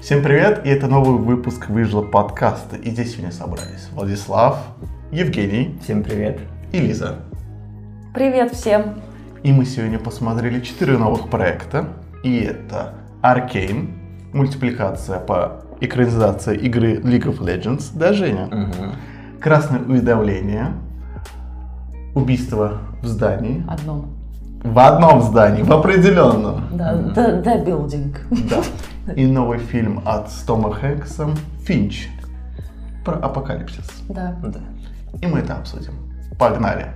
Всем привет, и это новый выпуск Выжила подкаста. И здесь сегодня собрались Владислав, Евгений Всем привет. и Лиза. Привет всем! И мы сегодня посмотрели 4 новых проекта. И это Arcane, мультипликация по экранизации игры League of Legends, да, Женя? Красное уведомление, убийство в здании, Одном. в одном здании, в определенном. Да, да, да, билдинг. Да. И новый фильм от с Томом Хэнксом «Финч» про апокалипсис. Да. Да. И мы это обсудим. Погнали!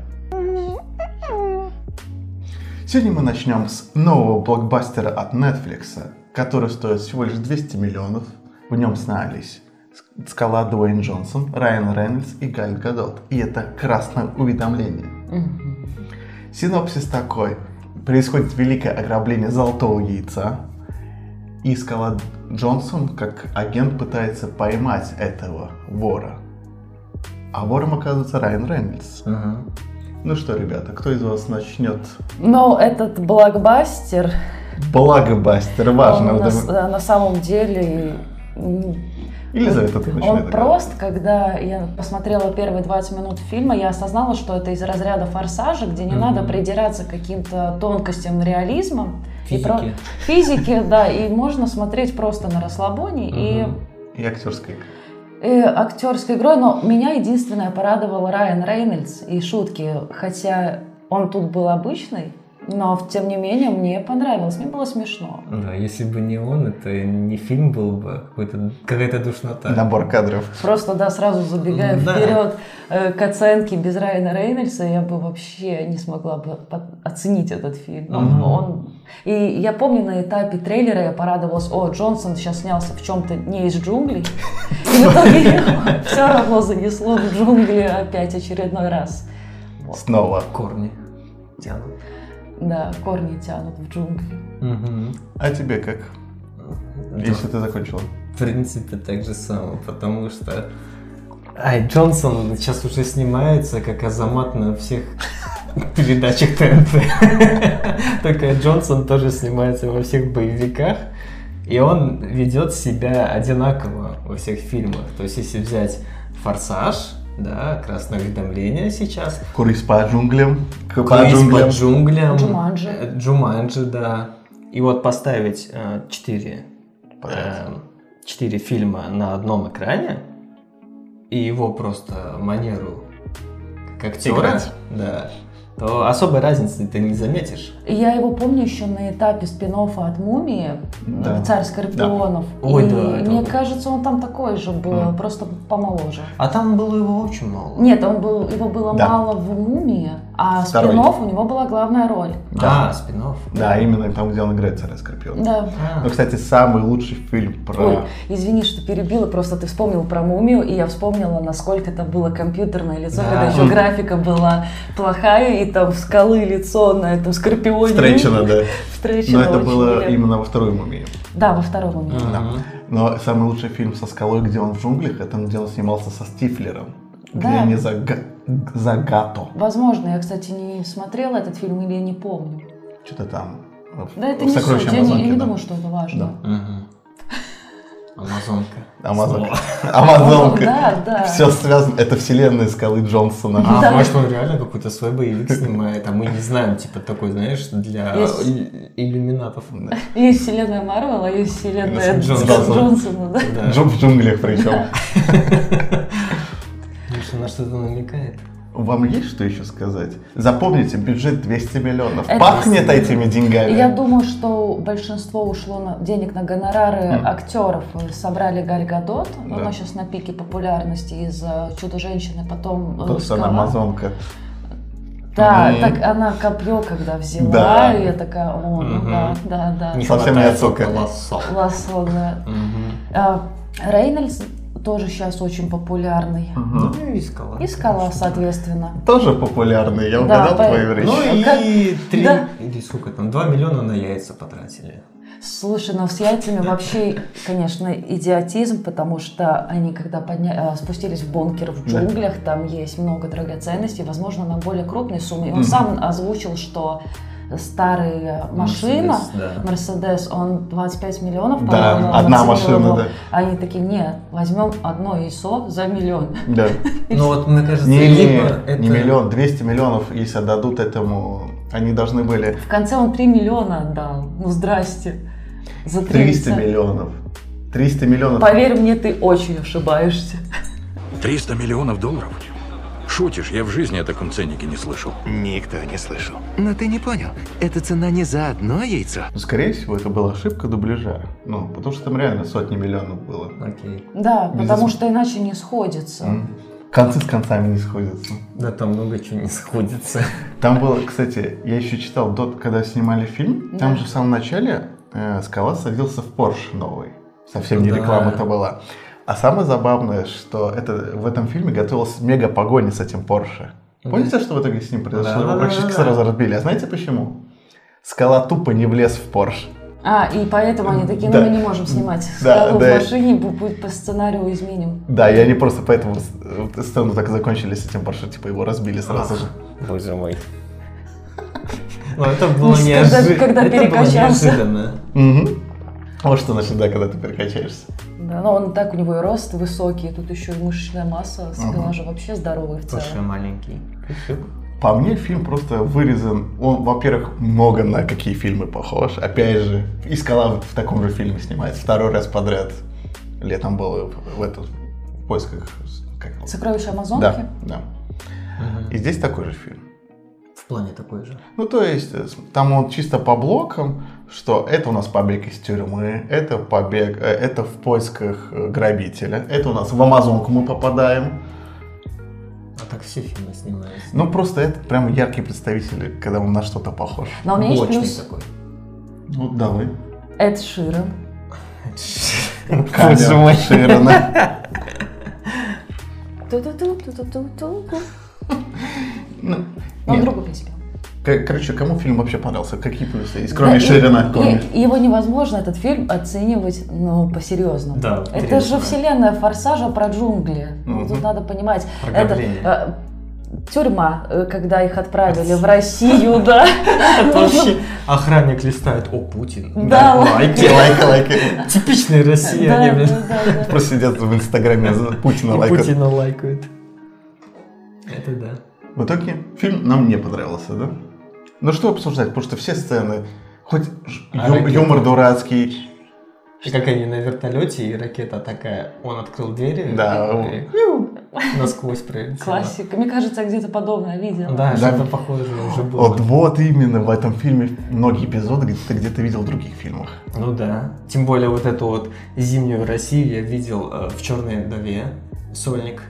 Сегодня мы начнем с нового блокбастера от Netflix, который стоит всего лишь 200 миллионов. В нем снялись Ск- Скала Дуэйн Джонсон, Райан Рейнольдс и Галь Гадот. И это «Красное уведомление». Мгм. Синопсис такой. Происходит великое ограбление золотого яйца. И Скала Джонсон, как агент, пытается поймать этого вора. А вором оказывается Райан Рейнольдс. Мгм. Ну что, ребята, кто из вас начнет? Но этот блокбастер, Блокбастер, важно. он вот на, с- это- да, на самом деле, м, Елизавета, ты начинай. он тогда. прост. Когда я посмотрела первые 20 минут фильма, я осознала, что это из разряда форсажа, где не Мгм. надо придираться к каким-то тонкостям реализма. И про- Физики. Физики, да, и можно смотреть просто на расслабоне и Мгм. И актерская игра. э, актерской игрой, но меня единственное порадовал Райан Рейнольдс и шутки, хотя он тут был обычный, но тем не менее мне понравилось, мне было смешно. Да, если бы не он, это не фильм был бы, а какой-то, какая-то душнота. Набор кадров. Просто, да, сразу забегая Да. вперед э, к оценке без Райана Рейнольдса, я бы вообще не смогла бы по- оценить этот фильм. Ну, Мгм. он... И я помню, на этапе трейлера я порадовалась, о, Джонсон сейчас снялся в чем-то не из джунглей. И в итоге все равно занесло в джунгли опять очередной раз. Вот. Снова. Корни тянут. Да, корни тянут в джунгли. Мгм. А тебе как? Если ты закончила. В принципе, так же самое, потому что... Ай, Джонсон сейчас уже снимается как Азамат на всех передачах ТНТ. Только Джонсон тоже снимается во всех боевиках, и он ведет себя одинаково во всех фильмах. То есть, если взять «Форсаж», да, «Красное уведомление» сейчас, Курись по джунглям. К- «Круиз по джунглям», Джуманджи. э, «Джуманджи», да. И вот поставить э, четыре Подряд. эм, четыре фильма на одном экране и его просто манеру как актера, Играть. да, то особой разницы ты не заметишь. И Я его помню еще на этапе спин от «Мумии», Да. «Царь скорпионов». Ой, И да, это мне он был. кажется, он там такой же был, Мгм. просто помоложе. А там было его очень мало. Нет, он был, его было Да. мало в «Мумии», а Второй. спин у него была главная роль. Да, спинов. Да, именно там, где он играет царя Скорпиона. Да. Ну, кстати, самый лучший фильм Ой, про... извини, что перебила, просто ты вспомнил про мумию, и я вспомнила, насколько это было компьютерное лицо, Да. когда еще Мгм. графика была плохая, и там скалы лицо на этом скорпионе. Встречено, да. Встречено Но это очень было ярко. именно во второй мумии. Да, во втором у меня. Мгм. Но самый лучший фильм со скалой, где он в джунглях, это где он снимался со Стифлером. Где Да. они за, га- за гато. Возможно, я, кстати, не смотрела этот фильм или не помню. Что-то там. в- Да, это в не суть. «Сокровище Я не, я Амазонки», не да. думаю, что это важно. Мгм. Амазонка. Амазонка. Снова. Амазонка. Да, да. Все связано. Это вселенная скалы Джонсона. А Да. может он реально какой-то свой боевик снимает, а мы не знаем, типа такой, знаешь, для Есть. ил- иллюминатов. Да. Есть вселенная Марвел, а есть вселенная Джонс- Джонсона. Джонсона. да. Да. Джо- А, В джунглях причем. Конечно, на что-то намекает. Вам есть что еще сказать? Запомните, бюджет 200 миллионов. Это Пахнет 200 этими деньгами. Я думаю, что большинство ушло на, денег на гонорары Мгм. актеров. Собрали Галь Гадот, Хм. Да. она сейчас на пике популярности из э, «Чудо-женщины», потом э, Потому что она «Скала». амазонка. Да, Мгм. так она копье когда взяла, Да. и я такая, о, ну Мгм. да, да, да. Не Совсем хватает не отсылка. лосо. Лассо, да. Мгм. А, Рейнольдс тоже сейчас очень популярный. Мгм. Ну и скала. И Скала, конечно. соответственно. Тоже популярный, я Да, угадал по- твою речь. Ну и три... Да. Или сколько там? Два миллиона на яйца потратили. Слушай, ну с яйцами вообще, конечно, идиотизм, потому что они когда подня- э, спустились в бункер в Да. джунглях, там есть много драгоценностей, возможно, на более крупной сумме. И он Мгм. сам озвучил, что старая машина, Мерседес, Ну, да. Мерседес, он 25 миллионов, по-моему, Да, он одна оценивал машина, его. да. Они такие, нет, возьмем одно ISO за миллион. Да. Ну вот, мне кажется, Не, не, либо это... не миллион, 200 миллионов, если отдадут этому, они должны были В конце он 3 миллиона отдал. Ну, здрасте. За 300 30. миллионов. 300 миллионов. Поверь мне, ты очень ошибаешься. 300 миллионов долларов? Шутишь, я в жизни о таком ценнике не слышал. Никто не слышал. Но ты не понял. Это цена не за одно яйцо. Ну, Скорее всего, это была ошибка дубляжа. Ну, потому что там реально сотни миллионов было. Окей. Да, потому Безусловно. что иначе не сходится. М. Концы с концами не сходятся. Да там много чего не сходится. Там было, кстати, я еще читал, до, когда снимали фильм, там же в самом начале э, Скала садился в Порш новый. Совсем не Да. реклама это была. А самое забавное, что это, в этом фильме готовилась мега погоня с этим Порше. Помните, что в итоге с ним произошло? Его Да-да-да-да-да. практически сразу разбили. А знаете почему? Скала тупо не влез в Порш. А, и поэтому они такие, ну Да. мы не можем снимать Да, скалу в да. машине, бу- будет по сценарию изменим. Да, и они просто поэтому с- э, сцену так и закончили с этим Порше, типа его разбили сразу же. Боже мой. Ну это было Ну, неожиданно. когда- когда Это было перекачался. неожиданно. Мгм. Вот что значит, да, когда ты перекачаешься. Да, но он так, у него и рост высокий, тут еще и мышечная масса, скала же вообще здоровая в Слушай, целом. маленький. По мне, фильм просто вырезан. Он, во-первых, много на какие фильмы похож. Опять же, и «Скала» в таком же фильме снимается. Второй раз подряд. Летом было в, в этот, в поисках... с- Как его? Сокровища Амазонки? Да, да. И здесь такой же фильм. В плане такой же. Ну, то есть, э, с- там он чисто по блокам, что это у нас побег из тюрьмы, это побег, э, это в поисках э, грабителя, это у нас в Амазонку мы попадаем. А так все фильмы снимаются. Ну, просто это прям яркие представители, когда он на что-то похож. Но у меня есть Блочный плюс такой. Ну, давай. Эд Ширен. Камера Боже мой. Широна. Ту-ту-ту, ту-ту-ту-ту. Ну, Но он нет. другую песню пел. К- Короче, кому фильм вообще понравился? Какие плюсы есть, кроме Да, и- Ширина? и- Кроме... и его невозможно, этот фильм, оценивать, ну, по-серьезному. Да, Это интересно. же вселенная Форсажа про джунгли. Ну, Мгм. Тут надо понимать. Про Это, гавление. э, тюрьма, э, когда их отправили в Россию, да. Ну, Это вообще охранник листает. О, Путин. Да, Лайки, лайки, Лайки. лайки. Типичные россияне, Да, блин. да, да, да. Просто сидят в Инстаграме за Путина И лайкают. Путина лайкают. Это да. В итоге фильм нам не понравился, да? Ну что обсуждать, потому что все сцены, хоть ж- А ю- ракеты? юмор дурацкий, И как они на вертолете, и ракета такая, он открыл двери, Да. и пиу, насквозь пролетела. Классика. Мне кажется, я где-то подобное видела. Да, Да. что-то похожее уже было. вот, вот именно в этом фильме многие эпизоды, где ты где-то видел в других фильмах. Ну да. Тем более вот эту вот зимнюю Россию я видел э, в черной вдове. Сольник.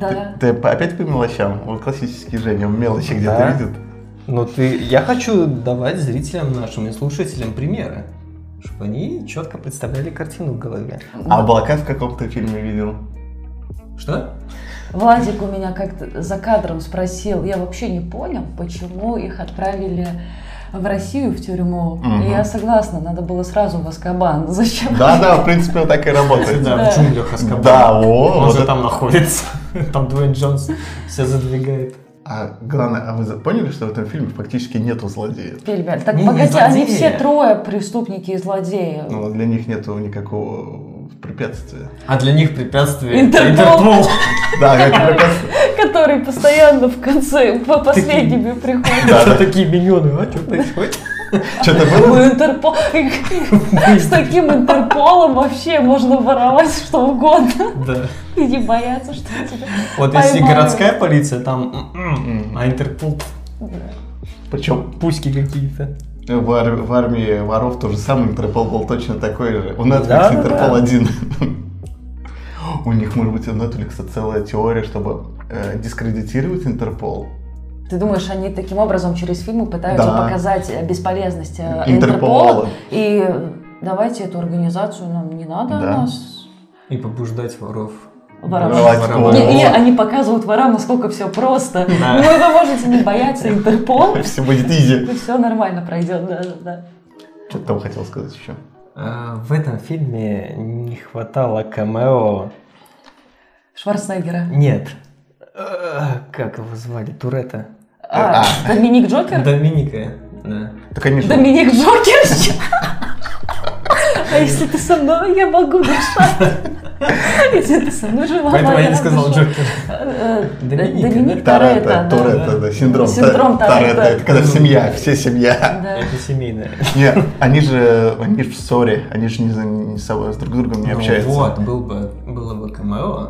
Да. Ты по- опять по мелочам, вот классический Женя, он мелочи где-то Да. видит. Но Ну ты. Я хочу давать зрителям нашим и слушателям примеры. Чтобы они четко представляли картину в голове. А облака в каком-то фильме видел. Что? Владик у меня как-то за кадром спросил, я вообще не понял, почему их отправили в Россию в тюрьму. Мгм. И я согласна, надо было сразу в Аскабан. Зачем? Да-да, в принципе, он так и работает. Да, в джунглях Аскабана. Да, о, Он вот же это- там находится. Там Дуэйн Джонс все задвигает. А главное, а вы за- поняли, что в этом фильме фактически нету злодеев? Фильме. Так Не, не погоди, они злодеи. все трое преступники и злодеи. Ну, для них нету никакого препятствия. А для них препятствие Интерпол. Да, это препятствие. Которые постоянно в конце, по последними приходят. Да, да. Это такие миньоны, а что происходит? Что-то было? Ну, Интерпол. С таким Интерполом вообще можно воровать что угодно. Да. И не бояться, что тебя Вот если поймают. городская полиция, там м-м, а Интерпол Причем пуськи какие-то. в, ар- в армии воров тоже самый Интерпол был точно такой же. У Netflix Да, да, Интерпол да. один. У них, может быть, у Netflix целая теория, чтобы э, дискредитировать Интерпол. Ты думаешь, они таким образом через фильмы пытаются Да. показать э, бесполезность э, Интерпола. Интерпола? И э, давайте эту организацию нам не надо Да. нас И побуждать воров. воровать. Воровать. Не, не, Вот. они показывают ворам, насколько все просто. Да. Ну, вы можете не бояться Интерпол, Все будет изи. и все нормально пройдет, да, да, да. Что ты там хотел сказать еще? А, В этом фильме не хватало камео. Шварценеггера. Нет. Э, Как его А, звали? Турета. А, Доминик Джокер? Доминика, да. Да, конечно. Доминик Джокер? А если ты со мной, я могу дышать. Если ты со мной жива, Поэтому я моя не сказал душа. Джокер. Э, э, Доминика, Доминик Торетто, Торетто. да. Торетто, да, синдром. Синдром Та- Торетто. Это когда семья, все семья. Да. Это семейное. Нет, они же, они же в ссоре, они же не, за- не с собой, а с друг с другом не Ну общаются. Вот, был бы, было бы камео,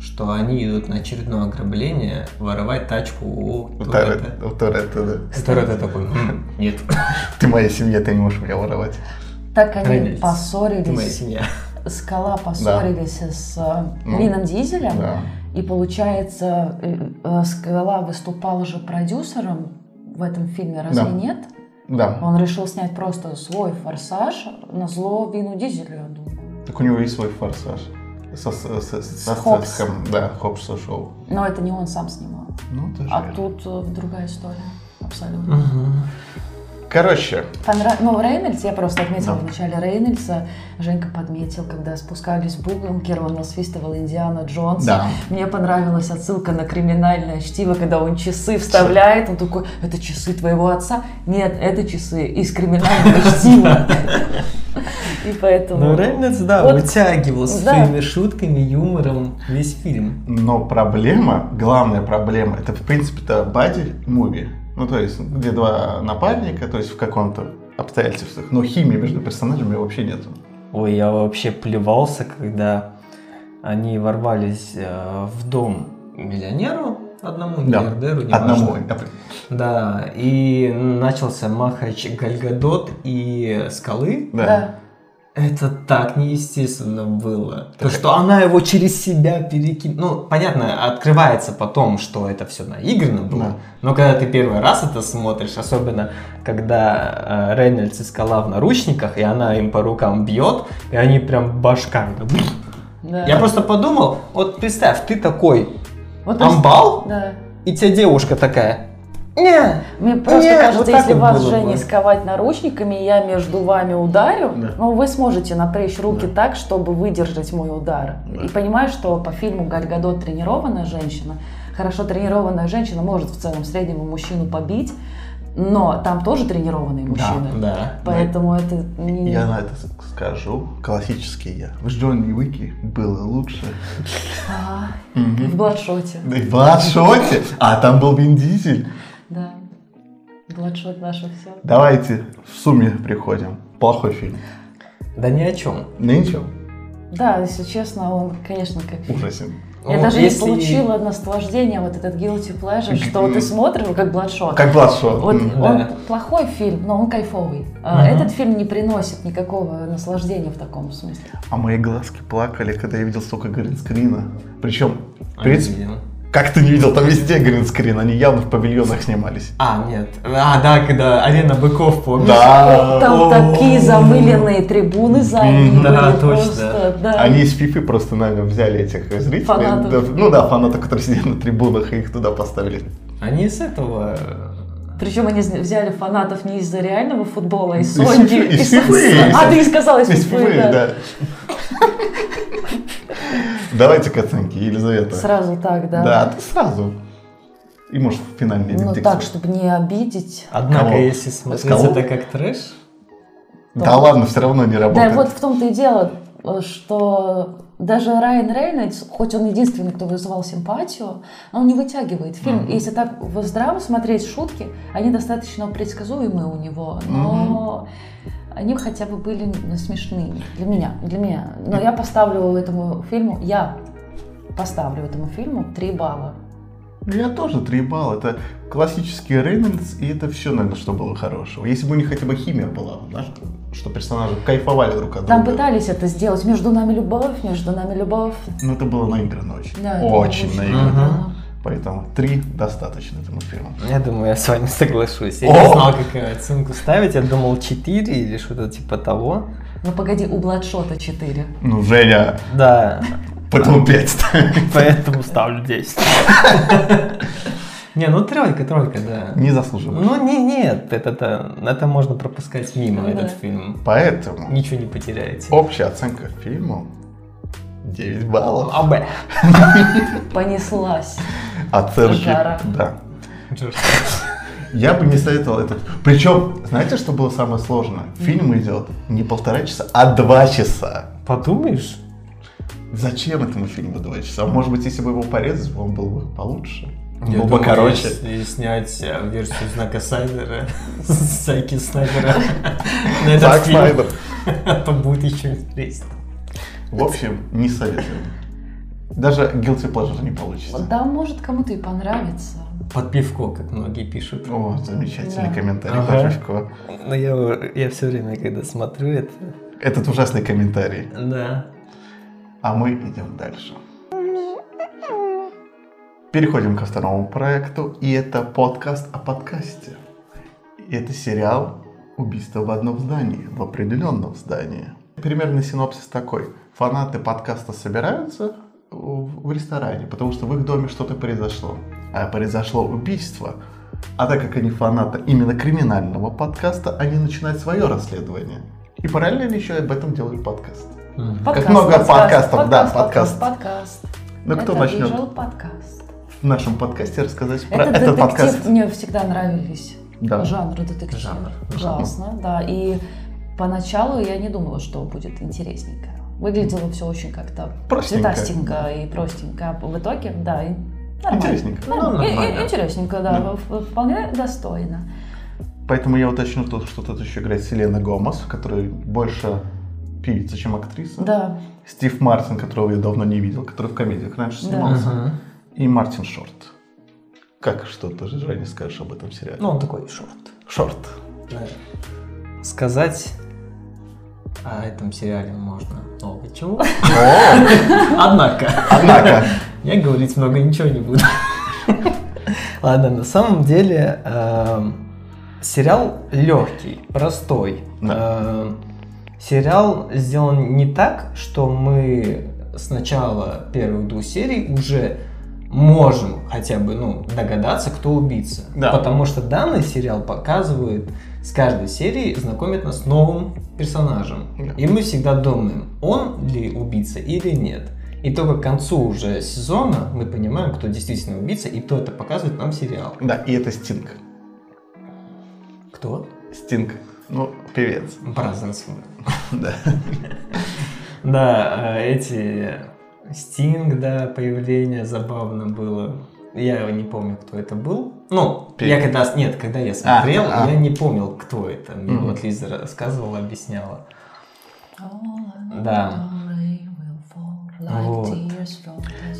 что они идут на очередное ограбление воровать тачку у Вот Торетто. Торетто, вот Торетто, да. Торетто такой, «М, нет, Ты моя семья, ты не можешь меня воровать. Так они Родились. ты моя поссорились, семья. Скала поссорились с э, Ну, Вином Дизелем. Да. И получается, э, э, Скала выступал же продюсером в этом фильме, разве Да. нет? Да. Он решил снять просто свой форсаж на зло Вину Дизелю, я думаю. Так у него есть свой форсаж. Со, со, со- со- Хопс. со- да, Хопс шоу. Но это не он сам снимал. Ну, тоже. А тут э, другая история. Абсолютно. Короче, Понра- Ну, Рейнольдс, я просто отметила Да. в начале Рейнольдса, Женька подметил, когда спускались в бункер, он насвистывал Индиана Джонса. Да. Мне понравилась отсылка на криминальное чтиво, когда он часы вставляет, он такой, это часы твоего отца? Нет, это часы из криминального чтива. И поэтому... Ну, Рейнольдс, да, Вот. вытягивал Да. своими шутками, юмором весь фильм. но проблема, главная проблема, это в принципе-то бади муви. Ну, то есть, где два напарника, то есть в каком-то обстоятельствах, но химии между персонажами вообще нету. Ой, я вообще плевался, когда они ворвались э, в дом миллионеру, одному Да. миллиардеру, неважно. Одному. например. Да, и начался махач Гальгадот и Скалы. Да. Это так неестественно было. То, что она его через себя перекинула. Ну, понятно, открывается потом, что это все наиграно было. Да. Но когда ты первый раз это смотришь, особенно когда э, Рейнольдс и Скала в наручниках, и она им по рукам бьет, и они прям башками. да. Я просто подумал, вот представь, ты такой Вот просто- амбал, Да. и тебе девушка такая. Не, Мне просто Нет, кажется, вот так если вот вас, было Женя, бы. сковать наручниками, и я между вами ударю, Да. но вы сможете напрячь руки так, чтобы выдержать мой удар. Да. И понимаю, что по фильму Гальгадот тренированная женщина, хорошо тренированная женщина может в целом среднему мужчину побить, но там тоже тренированные мужчины. Да. Поэтому это не... Я на это с- скажу. Классический я. В Джонни Уики было лучше. А, Мгм. В бладшоте. Да и в Бладшоте. А там был Вин Дизель. Да. Бладшот наше все. Давайте в сумме приходим. Плохой фильм. Да ни о чем. Ну ничего, Да, если честно, он, конечно, как ужасен. Я Ну, даже если- не получила наслаждение вот этот guilty pleasure, что ты смотришь его как бладшот. А Как Бладшот. Вот М. он да. плохой фильм, но он кайфовый. А Мгм. Этот фильм не приносит никакого наслаждения в таком смысле. А мои глазки плакали, когда я видел столько гринскрина. Причем, в А, принципе, не видел. как ты не видел, там везде гринскрин. Они явно в павильонах снимались. А, нет. А, да, когда арена быков, помнишь? Да. Ну, Там О. такие замыленные трибуны задние. А, Мгм. Да, были точно. просто, да. Они из фифы просто, наверное, взяли этих зрителей. Фанатов. Да, Ну да, фанатов, которые сидели на трибунах, и их туда поставили. Они с этого... э, Причем они зн- взяли фанатов не из-за реального футбола, а из Из Соньки. фифы, из из- фифы. А, ты не сказала, из Из фифы, фифы, да. да. Давайте к оценке, Елизавета. Сразу так, да. Да, ты сразу. И может финальный Ну вердикт. так, чтобы не обидеть. Однако, Кого? если смотреть Кого? это как трэш... Да ладно, все равно не Да, работает. вот в том-то и дело, э, что даже Райан Рейнольдс, хоть он единственный, кто вызывал симпатию, он не вытягивает фильм. И Если так в здраво смотреть шутки, они достаточно предсказуемые у него, но они хотя бы были ну, смешными для меня, для меня. Но я поставлю этому фильму, я поставлю этому фильму 3 балла. Я тоже три балла. Это классический Рейнольдс, и это все, наверное, что было хорошего. Если бы у них хотя бы химия была, да, что- что персонажи кайфовали друг от Там друга. пытались это сделать. Между нами любовь, между нами любовь. Но Ну, это было наиграно очень. Да, это было очень наиграно. здорово. Поэтому три достаточно этому фильму. Ну, Я думаю, я с вами соглашусь. Я О! не знал, какую оценку ставить. Я думал 4 или что-то типа того. Ну погоди, у Бладшота 4. Ну, Женя, Да, потом пять. поэтому ставлю 10. Не, ну тройка, тройка, да. Не заслуживаешь. Ну не, нет, это, это, это можно пропускать мимо Да. этот фильм. Поэтому Ничего не потеряете. общая оценка фильму 9 а баллов. АБ. Понеслась. Оценки. Жара. Да. Джордж. Я бы не советовал этот. Причем, знаете, что было самое сложное? Фильм идет не полтора часа, а два часа. Подумаешь? Зачем этому фильму два часа? Может быть, если бы его порезать, он был бы получше. Он Я был бы думаю, короче. Если снять э, версию знака Сайдера, Заки Снайдера, на этот Зак фильм, Снайдер. то будет еще интереснее. В общем, не советую. Даже guilty pleasure не получится. Да, может, кому-то и понравится. Под пивко, как многие пишут. О, замечательный Да. комментарий, Ага. Пашечка. Но Ну, я, я все время, когда смотрю это... Этот ужасный комментарий. Да. А мы идем дальше. Переходим ко второму проекту, и это подкаст о подкасте. И это сериал «Убийство в одном здании», в определенном здании. Примерный синопсис такой. Фанаты подкаста собираются в в ресторане, потому что в их доме что-то произошло. А произошло убийство. А так как они фанаты именно криминального подкаста, они начинают свое расследование. И параллельно еще об этом делают подкаст. Подкаст, много подкаст, подкастов, да, подкаст. Подкаст. Ну кто Это начнет? Visual подкаст. в нашем подкасте рассказать про Этот этот детектив подкаст. мне всегда нравились. Да. Жанры детектива. Жанр, Классно, да. И поначалу я не думала, что будет интересненько. Выглядело все очень как-то Простенько. цветастенько и простенько. А В итоге, да, и нормально. Интересненько. Норм- Ну, и- и- нормально. интересненько, да, в- вполне достойно. Поэтому я уточню то, что тут еще играет Селена Гомес, которая больше певица, чем актриса. Да, Стив Мартин, которого я давно не видел, который в комедиях раньше Да. снимался. И Мартин Шорт. Как что ты, Женя, скажешь об этом сериале? Ну, он такой шорт. Шорт. Да. Сказать о этом сериале можно много чего. Однако, Однако, я говорить много ничего не буду. Ладно, на самом деле эм, сериал легкий, простой. Эм, Сериал сделан не так, что мы с начала первых двух серий уже можем хотя бы ну, догадаться, кто убийца. Да. Потому что данный сериал показывает с каждой серии, знакомит нас с новым персонажем. Да. И мы всегда думаем, он ли убийца или нет. И только к концу уже сезона мы понимаем, кто действительно убийца, и кто это показывает нам сериал. да, и это Стинг. Кто? Стинг. Ну, певец. Бразерс. Да. Да, э, эти Стинг, да, появление забавно было. Я не помню, кто это был. Ну, Пи- я когда... Нет, когда я смотрел, а. я не помнил, кто это. Мне Мгм. вот Лиза рассказывала, объясняла. Да. Да. Вот.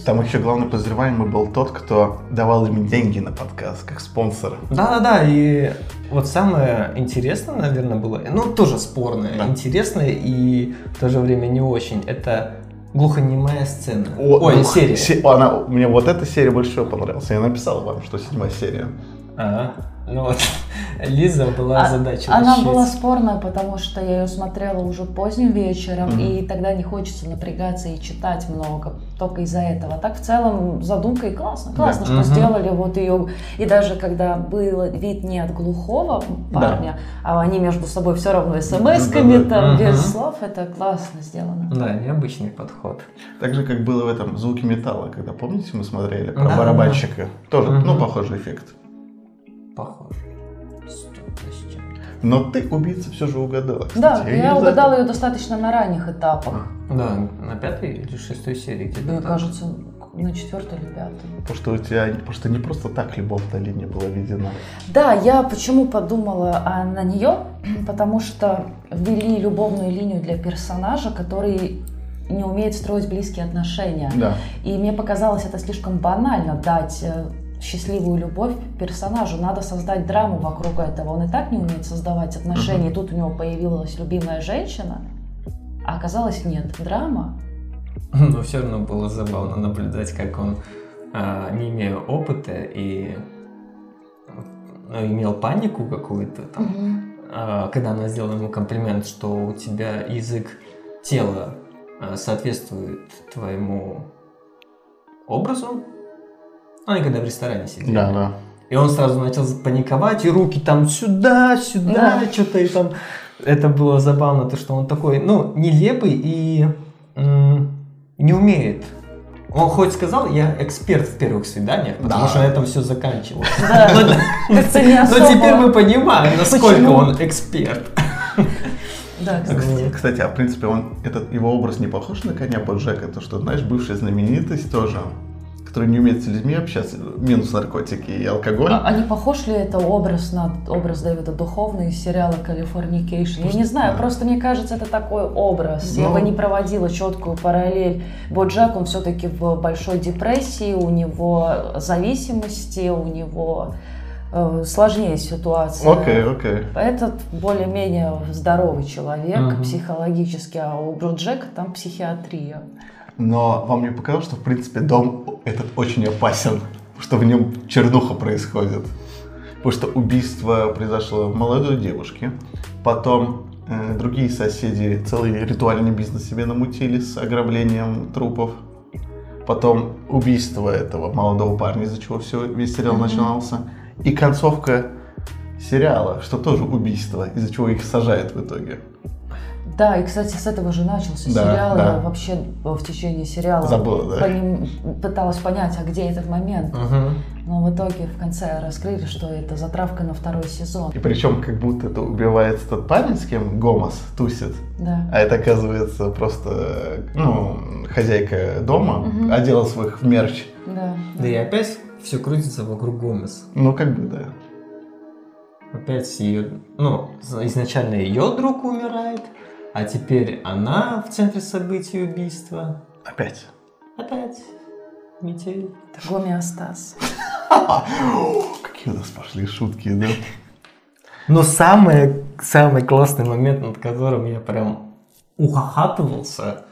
Там еще главный подозреваемый был тот, кто давал им деньги на подкаст, как спонсор. Да-да-да, и вот самое интересное, наверное, было, ну, тоже спорное, Да. интересное и в то же время не очень, это глухонемая сцена. О, Ой, ну, серия. се- она, мне вот эта серия больше всего понравилась. Я написал вам, что седьмая серия. Ага. Ну вот, Лиза была А- задача Она решить. была спорная, потому что я ее смотрела уже поздним вечером, Мгм. и тогда не хочется напрягаться и читать много, только из-за этого. А так в целом задумка и классно, классно, что Мгм. сделали вот ее. И даже когда был вид не от глухого парня, а они между собой все равно смс-ками Да-да-да. там без Мгм. слов, это классно сделано. Да, необычный подход. Так же, как было в этом «Звуки металла», когда, помните, мы смотрели про Да, да, барабанщика. Тоже, Мгм. ну, похожий эффект. Похоже. Что-то с чем-то. Но ты убийца все же угадала. Да, кстати. я не знаю. угадала ее достаточно на ранних этапах. Да, на пятой или шестой серии где-то. Мне так. кажется, на четвертой или пятой. Потому что у тебя, потому что не просто так любовная линия была введена. Да, я почему подумала а, на нее, потому что ввели любовную линию для персонажа, который не умеет строить близкие отношения. Да. И мне показалось это слишком банально дать э, счастливую любовь персонажу. Надо создать драму вокруг этого. Он и так не умеет создавать отношения. И Тут у него появилась любимая женщина, а оказалось нет, драма. Но все равно было забавно наблюдать, как он, а, не имея опыта и ну, имел панику какую-то там, а, когда она сделала ему комплимент, что у тебя язык тела а, соответствует твоему образу. Они когда в ресторане сидели. Да, да. И он сразу начал паниковать, и руки там сюда, сюда, Да. что-то и там. Это было забавно, то, что он такой, ну, нелепый и м, не умеет Он хоть сказал, я эксперт в первых свиданиях, потому Да. что на этом все заканчивалось. Да, как-то не особо. Но теперь мы понимаем, насколько Почему? он эксперт. Да, А, кстати. кс- Кстати, а в принципе, он, этот, его образ не похож на коня Боджека, то что, знаешь, бывшая знаменитость тоже, который не умеет с людьми общаться, минус наркотики и алкоголь. А а не похож ли это образ на образ Дэвида Духовна из сериала «Калифорникейшн»? Я не знаю, просто мне кажется, это такой образ. Я Ну. бы не проводила четкую параллель. Боджек, он все-таки в большой депрессии, у него зависимости, у него э, сложнее а, ситуация. Окей, окей. Этот более-менее здоровый человек Мгм. психологически, а у Боджека там психиатрия. Но вам не показалось, что в принципе дом этот очень опасен, что в нем чернуха происходит. Потому что убийство произошло молодой девушки, потом э, другие соседи целый ритуальный бизнес себе намутили с ограблением трупов, потом убийство этого молодого парня, из-за чего все, весь сериал начинался, и концовка сериала, что тоже убийство, из-за чего их сажают в итоге. Да, и, кстати, с этого же начался Да, сериал. да. Я вообще в течение сериала Забыла, да. поним- пыталась понять, а где этот момент. Но в итоге в конце раскрыли, что это затравка на второй сезон. И причем как будто это убивается тот парень, с кем Гомос тусит, Да. А это, оказывается, просто ну, хозяйка дома одела своих в мерч. Да. Да и опять все крутится вокруг Гомес. Ну, как бы, да. Опять ее, ну, за- изначально ее друг умирает, а теперь она в центре событий убийства. Опять. Опять метель. Это гомеостаз. Какие у нас пошли шутки, да? Но самый, самый классный момент, над которым я прям ухахатывался,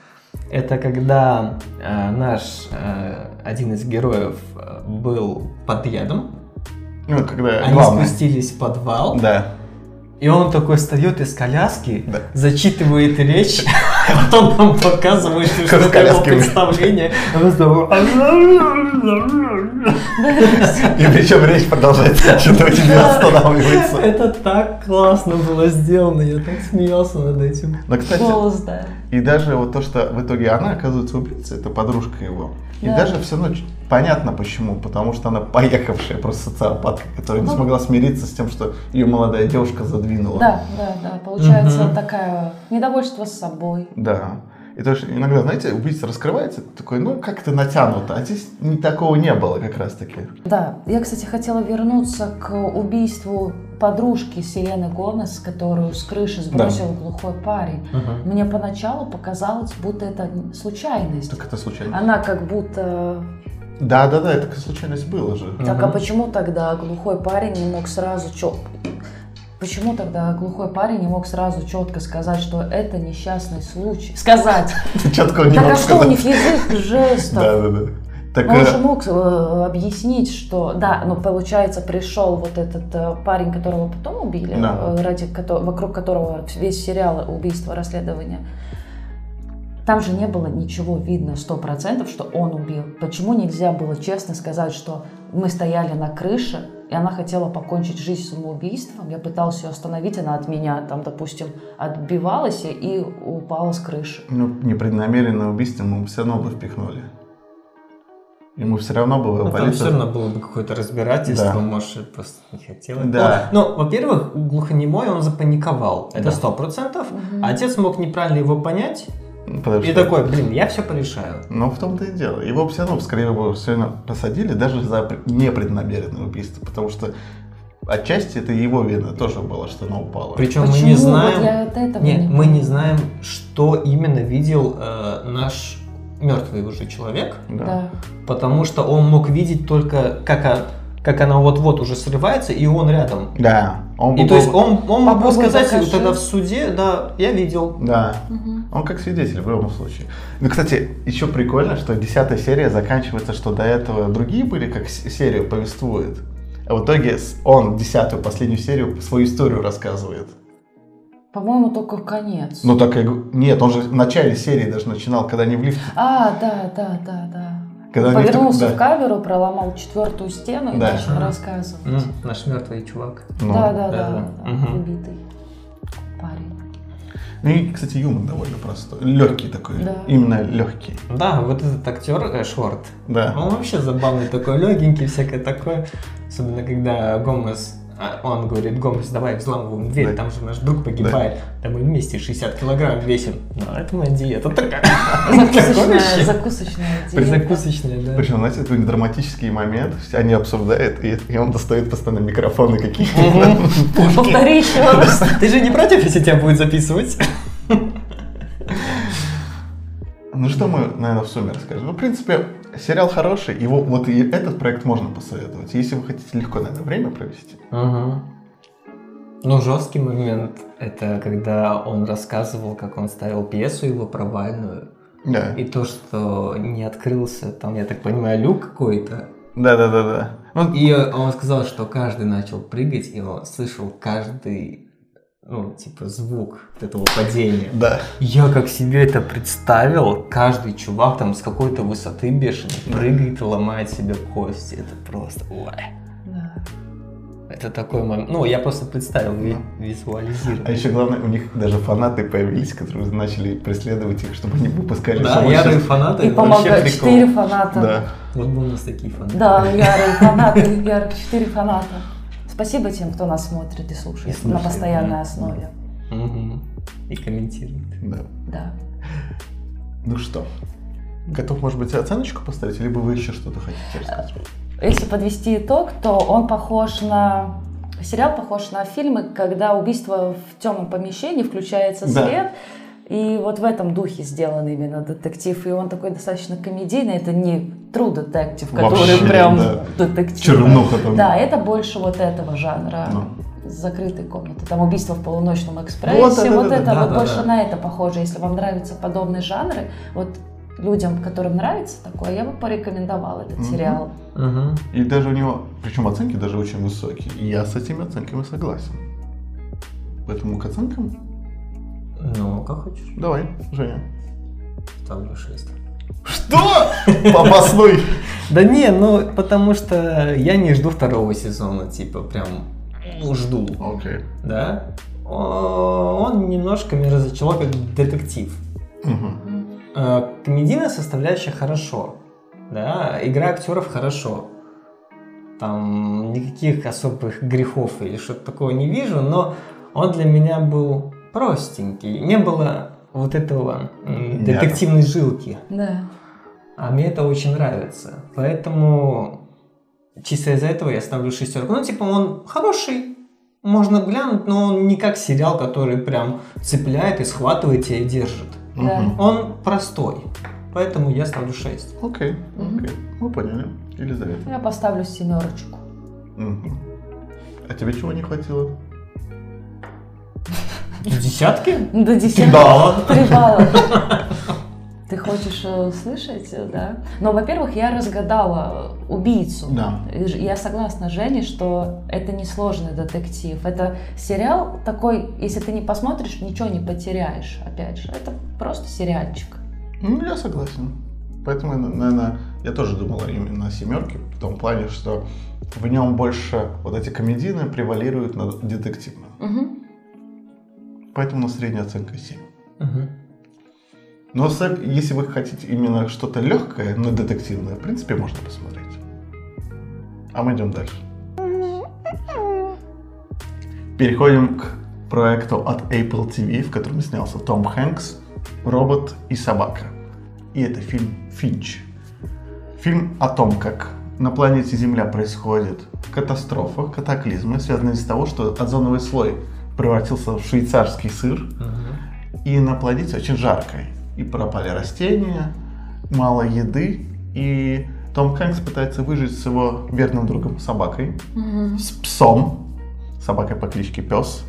это когда э, наш э, один из героев э, был под ядом, Ну, когда они главное. спустились в подвал, Да. и он такой встает из коляски, Да. зачитывает речь, а потом нам показывает, что Как в это было коляске. представление. А мы с тобой- И причем речь продолжается, что-то у тебя останавливается. Это так классно было сделано, я так смеялся над этим. Но, кстати, Голос, да. и даже вот то, что в итоге она оказывается убийцей, это подружка его. И Да. даже все равно ч- понятно почему, потому что она поехавшая просто социопатка, которая не Ну. смогла смириться с тем, что ее молодая девушка задвинула. Да, да, да. Получается Мгм. такая недовольство с собой. Да. И то, что иногда, знаете, убийца раскрывается, ты такой, ну, как-то натянуто. А здесь ни такого не было как раз-таки. Да, я, кстати, хотела вернуться к убийству подружки Селены Гомес, которую с крыши сбросил глухой парень. Мне поначалу показалось, будто это случайность. Так это случайно. Она как будто... Да-да-да, это как случайность было же. Так, а Мгм. почему тогда глухой парень не мог сразу чё- Почему тогда глухой парень не мог сразу четко сказать, что это несчастный случай? Сказать! Четко не так могу а что у них сказать. язык жестов? Да-да-да. Так, Он же э, мог э, объяснить, что да, но получается пришел вот этот э, парень, которого потом убили, Да. э, ради кото- вокруг которого весь сериал убийство расследования. Там же не было ничего видно сто процентов, что он убил. Почему нельзя было честно сказать, что мы стояли на крыше, и она хотела покончить жизнь самоубийством. Я пыталась ее остановить, она от меня там, допустим, отбивалась и упала с крыши. ну, непреднамеренное убийство мы все равно бы впихнули. Ему все равно было Ну, там полиция- все равно было бы какое-то разбирательство, Да. может, просто не хотелось. Да. Ну, ну, во-первых, глухонемой он запаниковал, это сто процентов. Отец мог неправильно его понять Ну, потому и что- такой, блин, я все порешаю. Но в том-то и дело. Его все равно, скорее бы, все равно посадили даже за пр- непреднамеренное убийство, потому что отчасти это его вина тоже было, что она упала. Причем мы Почему? не Вот знаем, я от этого Нет, не мы не знаем, что именно видел э, наш мертвый уже человек, Да. потому что он мог видеть только, как, о- как она вот-вот уже срывается, и он рядом. Да, он И был- то есть он, он мог бы Попробуй сказать докажи. тогда в суде, да, я видел. Да, Мгм. он как свидетель в любом случае. Ну, кстати, еще прикольно, что десятая серия заканчивается, что до этого другие были, как с- серию повествует. А в итоге с- он десятую, последнюю серию, свою историю рассказывает. По-моему, только конец. Ну так я говорю, нет, он же в начале серии даже начинал, когда не в лифте. А, да, да, да, да. Когда они в Повернулся таком- в да. камеру, проломал четвертую стену и Да. начал Ага. рассказывать. М, наш мертвый чувак. Ну, да, да, да, да, да. да, Мгм. убитый парень. Ну и, кстати, юмор довольно простой. Легкий такой. Да. Именно легкий. Да, вот этот актер э, Шорт, Да. он вообще забавный такой, легенький, всякое такое. Особенно когда Гомес, а, он говорит, Гомес, давай взламываем дверь, Да. там же наш друг погибает, да мы вместе 60 килограмм весим. Ну, это моя диета такая. Такой Закусочная, вообще. закусочная идея. Закусочная, да. Причем, знаете, это драматический момент, все- они обсуждают, и, и он достает постоянно микрофоны какие-то. Повтори еще раз. Ты же не против, если тебя будет записывать? Ну что мы, наверное, в сумме расскажем? Ну, в принципе, сериал хороший, его вот и этот проект можно посоветовать. Если вы хотите легко, наверное, время провести. Ну, жесткий момент, это когда он рассказывал, как он ставил пьесу его провальную, Да. и то, что не открылся, там, я так понимаю, люк какой-то. Да, да, да, да. Ну, И он сказал, что каждый начал прыгать, и он слышал каждый, ну, типа, звук вот этого падения. да. Я как себе это представил, каждый чувак там с какой-то высоты бешеной прыгает и ломает себе кости. Это просто... Уай. Да. Это такой момент. Ну, я просто представил, ви- визуализировал. А еще главное, у них даже фанаты появились, которые начали преследовать их, чтобы они выпускали Да, самой ярые сейчас- фанаты, И это вообще помогают прикол. четыре фаната. Да. Вот бы у нас такие фанаты. Да, ярые фанаты, ярых четыре фаната. Спасибо тем, кто нас смотрит и слушает, И слушает, на постоянной да. основе. Мгм. И комментируют. да. Да. Ну что, готов, может быть, оценочку поставить, либо вы еще что-то хотите рассказать? Если подвести итог, то он похож на сериал похож на фильмы, когда убийство в темном помещении включается Да. свет. И вот в этом духе сделан именно детектив. И он такой достаточно комедийный. Это не true детектив, который Вообще, прям да. детектив. Чернуха там. Да, это больше вот этого жанра. Ну. Закрытой комнаты. Там убийство в полуночном экспрессе. Вот Вот, это, да, да, это да, вот да, больше да. на это похоже. Если вам нравятся подобные жанры, вот людям, которым нравится такое, я бы порекомендовала этот Мгм. сериал. Мгм. И даже у него, причем оценки даже очень высокие. И я с этими оценками согласен. Поэтому к оценкам Ну, как хочешь. давай, Женя. Ставлю 6. Что? Попасной. Да не, ну, потому что я не жду второго сезона, типа, прям ну, жду. Окей. да, О, он немножко меня разочаровал как детектив. Мгм. Э, Комедийная составляющая хорошо, да, игра актеров хорошо. Там никаких особых грехов или что-то такого не вижу, но он для меня был простенький. Не было вот этого м, Мята. детективной жилки. Да. А мне это очень нравится. Поэтому чисто из-за этого я ставлю шестерку. Ну, типа, он хороший, можно глянуть, но он не как сериал, который прям цепляет и схватывает тебя и держит. Да. Мгм. Он простой. Поэтому я ставлю 6. Окей, Мгм. окей. Мы поняли. Елизавета. Я поставлю семерочку. Мгм. А тебе чего не хватило? Десятки? До десяти. Да. Три балла. Ты хочешь э, слышать, э, да? Но, во-первых, я разгадала э, убийцу. Да. И ж- Я согласна с Женей, что это не сложный детектив. Это сериал такой, если ты не посмотришь, ничего не потеряешь, опять же. Это просто сериальчик. Ну, я согласен. Поэтому, я, наверное, я тоже думал именно о семерке, в том плане, что в нем больше вот эти комедийные превалируют над детективным. Поэтому у нас средняя оценка 7. Мгм. Но с- если вы хотите именно что-то легкое, но детективное, в принципе, можно посмотреть. А мы идем дальше. Переходим к проекту от Apple TV, в котором снялся Том Хэнкс, робот и собака. И это фильм «Финч». Фильм о том, как на планете Земля происходит катастрофа, катаклизмы, связанные с того, что озоновый слой превратился в швейцарский сыр, Мгм. и на планете очень жарко. И пропали растения, мало еды, и Том Хэнкс пытается выжить с его верным другом собакой, с псом, собакой по кличке Пес.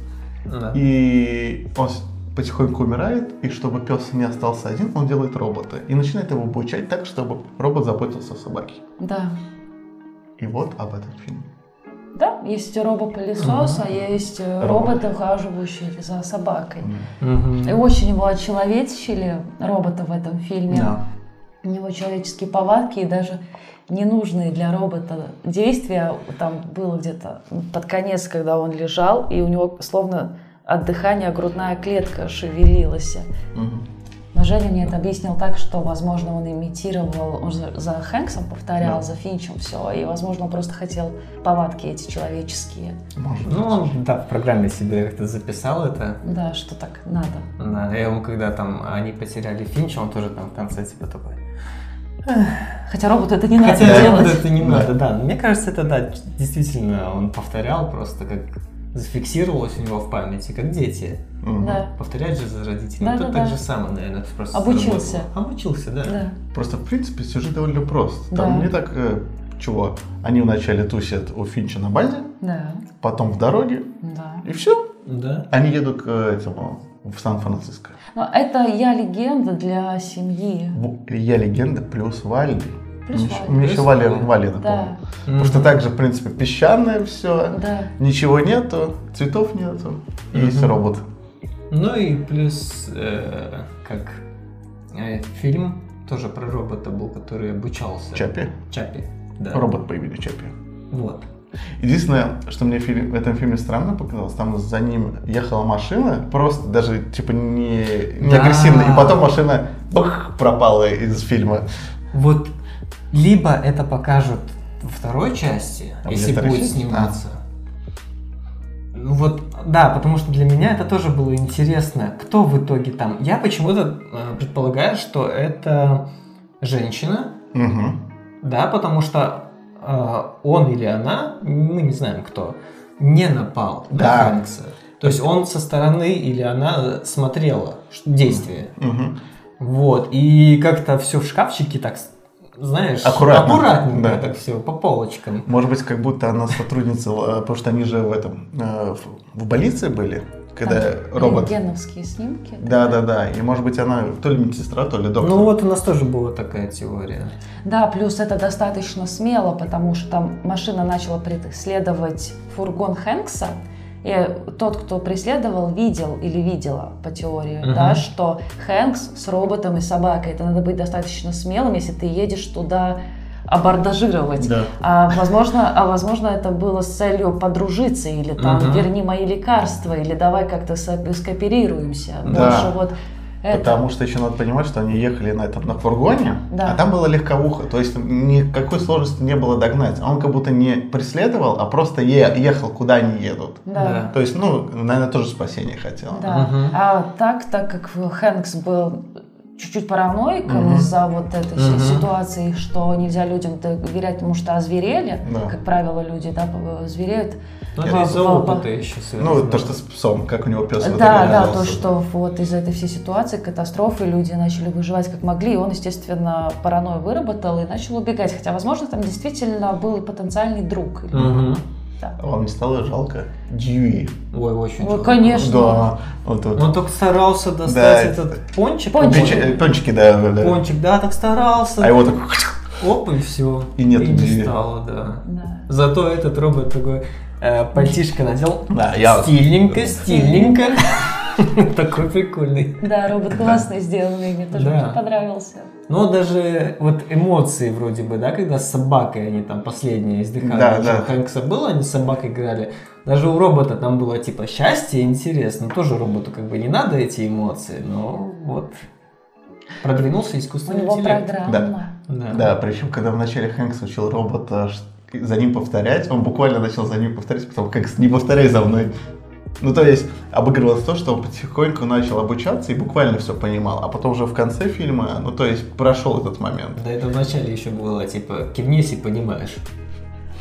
Да. И он с- потихоньку умирает, и чтобы пес не остался один, он делает робота. И начинает его обучать так, чтобы робот заботился о собаке. Да. И вот об этом фильм. Да, есть робо-пылесос, а есть э, Робот. роботы, ухаживающие за собакой. Мгм. И очень его очеловечили робота в этом фильме. Да. У него человеческие повадки и даже ненужные для робота действия. Там было где-то под конец, когда он лежал, и у него словно от дыхания грудная клетка шевелилась. Но Женя мне это объяснил так, что, возможно, он имитировал, он за, за Хэнксом повторял, Да. за Финчем все, и, возможно, он просто хотел повадки эти человеческие, Может Ну, быть. он, да, в программе себе как-то записал это. да, что так надо. Да, и он, когда там они потеряли Финча, он тоже там в конце типа такой. Хотя роботу это не надо Хотя делать. вот это не Да. надо, да. Мне кажется, это да, действительно он повторял просто как зафиксировалось у него в памяти, как дети. Мгм. Да, Повторять же за родителями. Да, Тут да, так да. же самое, наверное, это просто Обучился. сработало. Обучился, да. да. Просто, в принципе, сюжет довольно прост. Там Да. не так э, чего. Они вначале тусят у Финча на базе, Да, потом в дороге, да. и все. Да. Они едут к э, этому в Сан-Франциско. Но это я легенда для семьи. В- Я легенда плюс Валли. Плюс Мне ещё- Валли. Мне еще Плюс Валли, Валли. Валли Да, напомнил. Потому что так же, в принципе, песчаное все. да. Ничего нету, цветов нету. И Мгм. есть робот. Ну и плюс э, как э, фильм тоже про робота был, который обучался. Чаппи. Чапи. Да. Робот по имени Чаппи. Вот. Единственное, что мне фильм- в этом фильме странно показалось, там за ним ехала машина, просто даже типа не, не Да. агрессивно, и потом машина бах, пропала из фильма. Вот либо это покажут во второй части, А если где вторая будет часть? сниматься. Ну вот, да, потому что для меня это тоже было интересно, кто в итоге там. Я почему-то э, предполагаю, что это женщина, Мгм. да, потому что э, он или она, мы не знаем кто, не напал Да. на Хэнкса. То есть он со стороны или она э, смотрела ш- действие. Мгм. Вот, и как-то все в шкафчике так, знаешь, Аккуратно. аккуратненько Да. так все, по полочкам. Может быть, как будто она сотрудница, э, потому что они же в этом э, в- в больнице были, когда Там робот. рентгеновские снимки. Да, да, да. И может быть она то ли медсестра, то ли доктор. Ну вот у нас тоже была такая теория. Да, плюс это достаточно смело, потому что там машина начала преследовать фургон Хэнкса, и тот, кто преследовал, видел или видела по теории, Мгм. да, что Хэнкс с роботом и собакой. Это надо быть достаточно смелым, если ты едешь туда абордажировать. Да. А возможно, а возможно, это было с целью подружиться, или там Мгм. верни мои лекарства, или давай как-то со- скооперируемся. Да. Больше вот это. Потому что еще надо понимать, что они ехали на этом на фургоне, Да. а там была легковуха, то есть никакой сложности не было догнать. Он как будто не преследовал, а просто е- ехал, куда они едут. Да. То есть, ну, наверное, тоже спасение хотел. Да. Мгм. А так, так как в- Хэнкс был чуть-чуть параноиком Мгм. из-за вот этой си- Мгм. ситуации, что нельзя людям доверять, потому что озверели, Да. как правило, люди да, по- звереют. Ну, Я это из-за думала, опыта да. еще связано. Ну, то, что с псом, как у него пес. в итоге да, да, оказался. то, что вот из этой всей ситуации, катастрофы, люди начали выживать как могли, и он, естественно, паранойю выработал и начал убегать. Хотя, возможно, там действительно был потенциальный друг. или- Мгм. да. Вам не стало жалко Дьюи? Ой, очень Ой, жалко. конечно. Да. Вот, вот. Он так старался достать это- этот пончик. Пончик. Печ- по-моему. э, Пончики, да, да. Пончик, да, так старался. А его так... Оп, и все. И нет И не людей. стало, да. Да. Зато этот робот такой э, пальтишко надел. Да, я- Стильненько, стильненько. Такой прикольный. Да, робот классный сделанный, мне тоже Да. очень понравился. Но даже вот эмоции вроде бы, да, когда с собакой они там последние издыхали, Да, у да. Джо Хэнкса было, они с собакой играли. Даже у робота там было типа счастье, интересно. Тоже роботу как бы не надо эти эмоции, но вот продвинулся У искусственный него интеллект. программа. Да, причем, когда вначале Хэнкс учил робота ш- за ним повторять, он буквально начал за ним повторять, потом Хэнкс, не повторяй за мной. Ну, то есть, обыгрывалось то, что он потихоньку начал обучаться и буквально все понимал, а потом уже в конце фильма, ну, то есть, прошел этот момент. Да, это вначале еще было типа кивни, если понимаешь.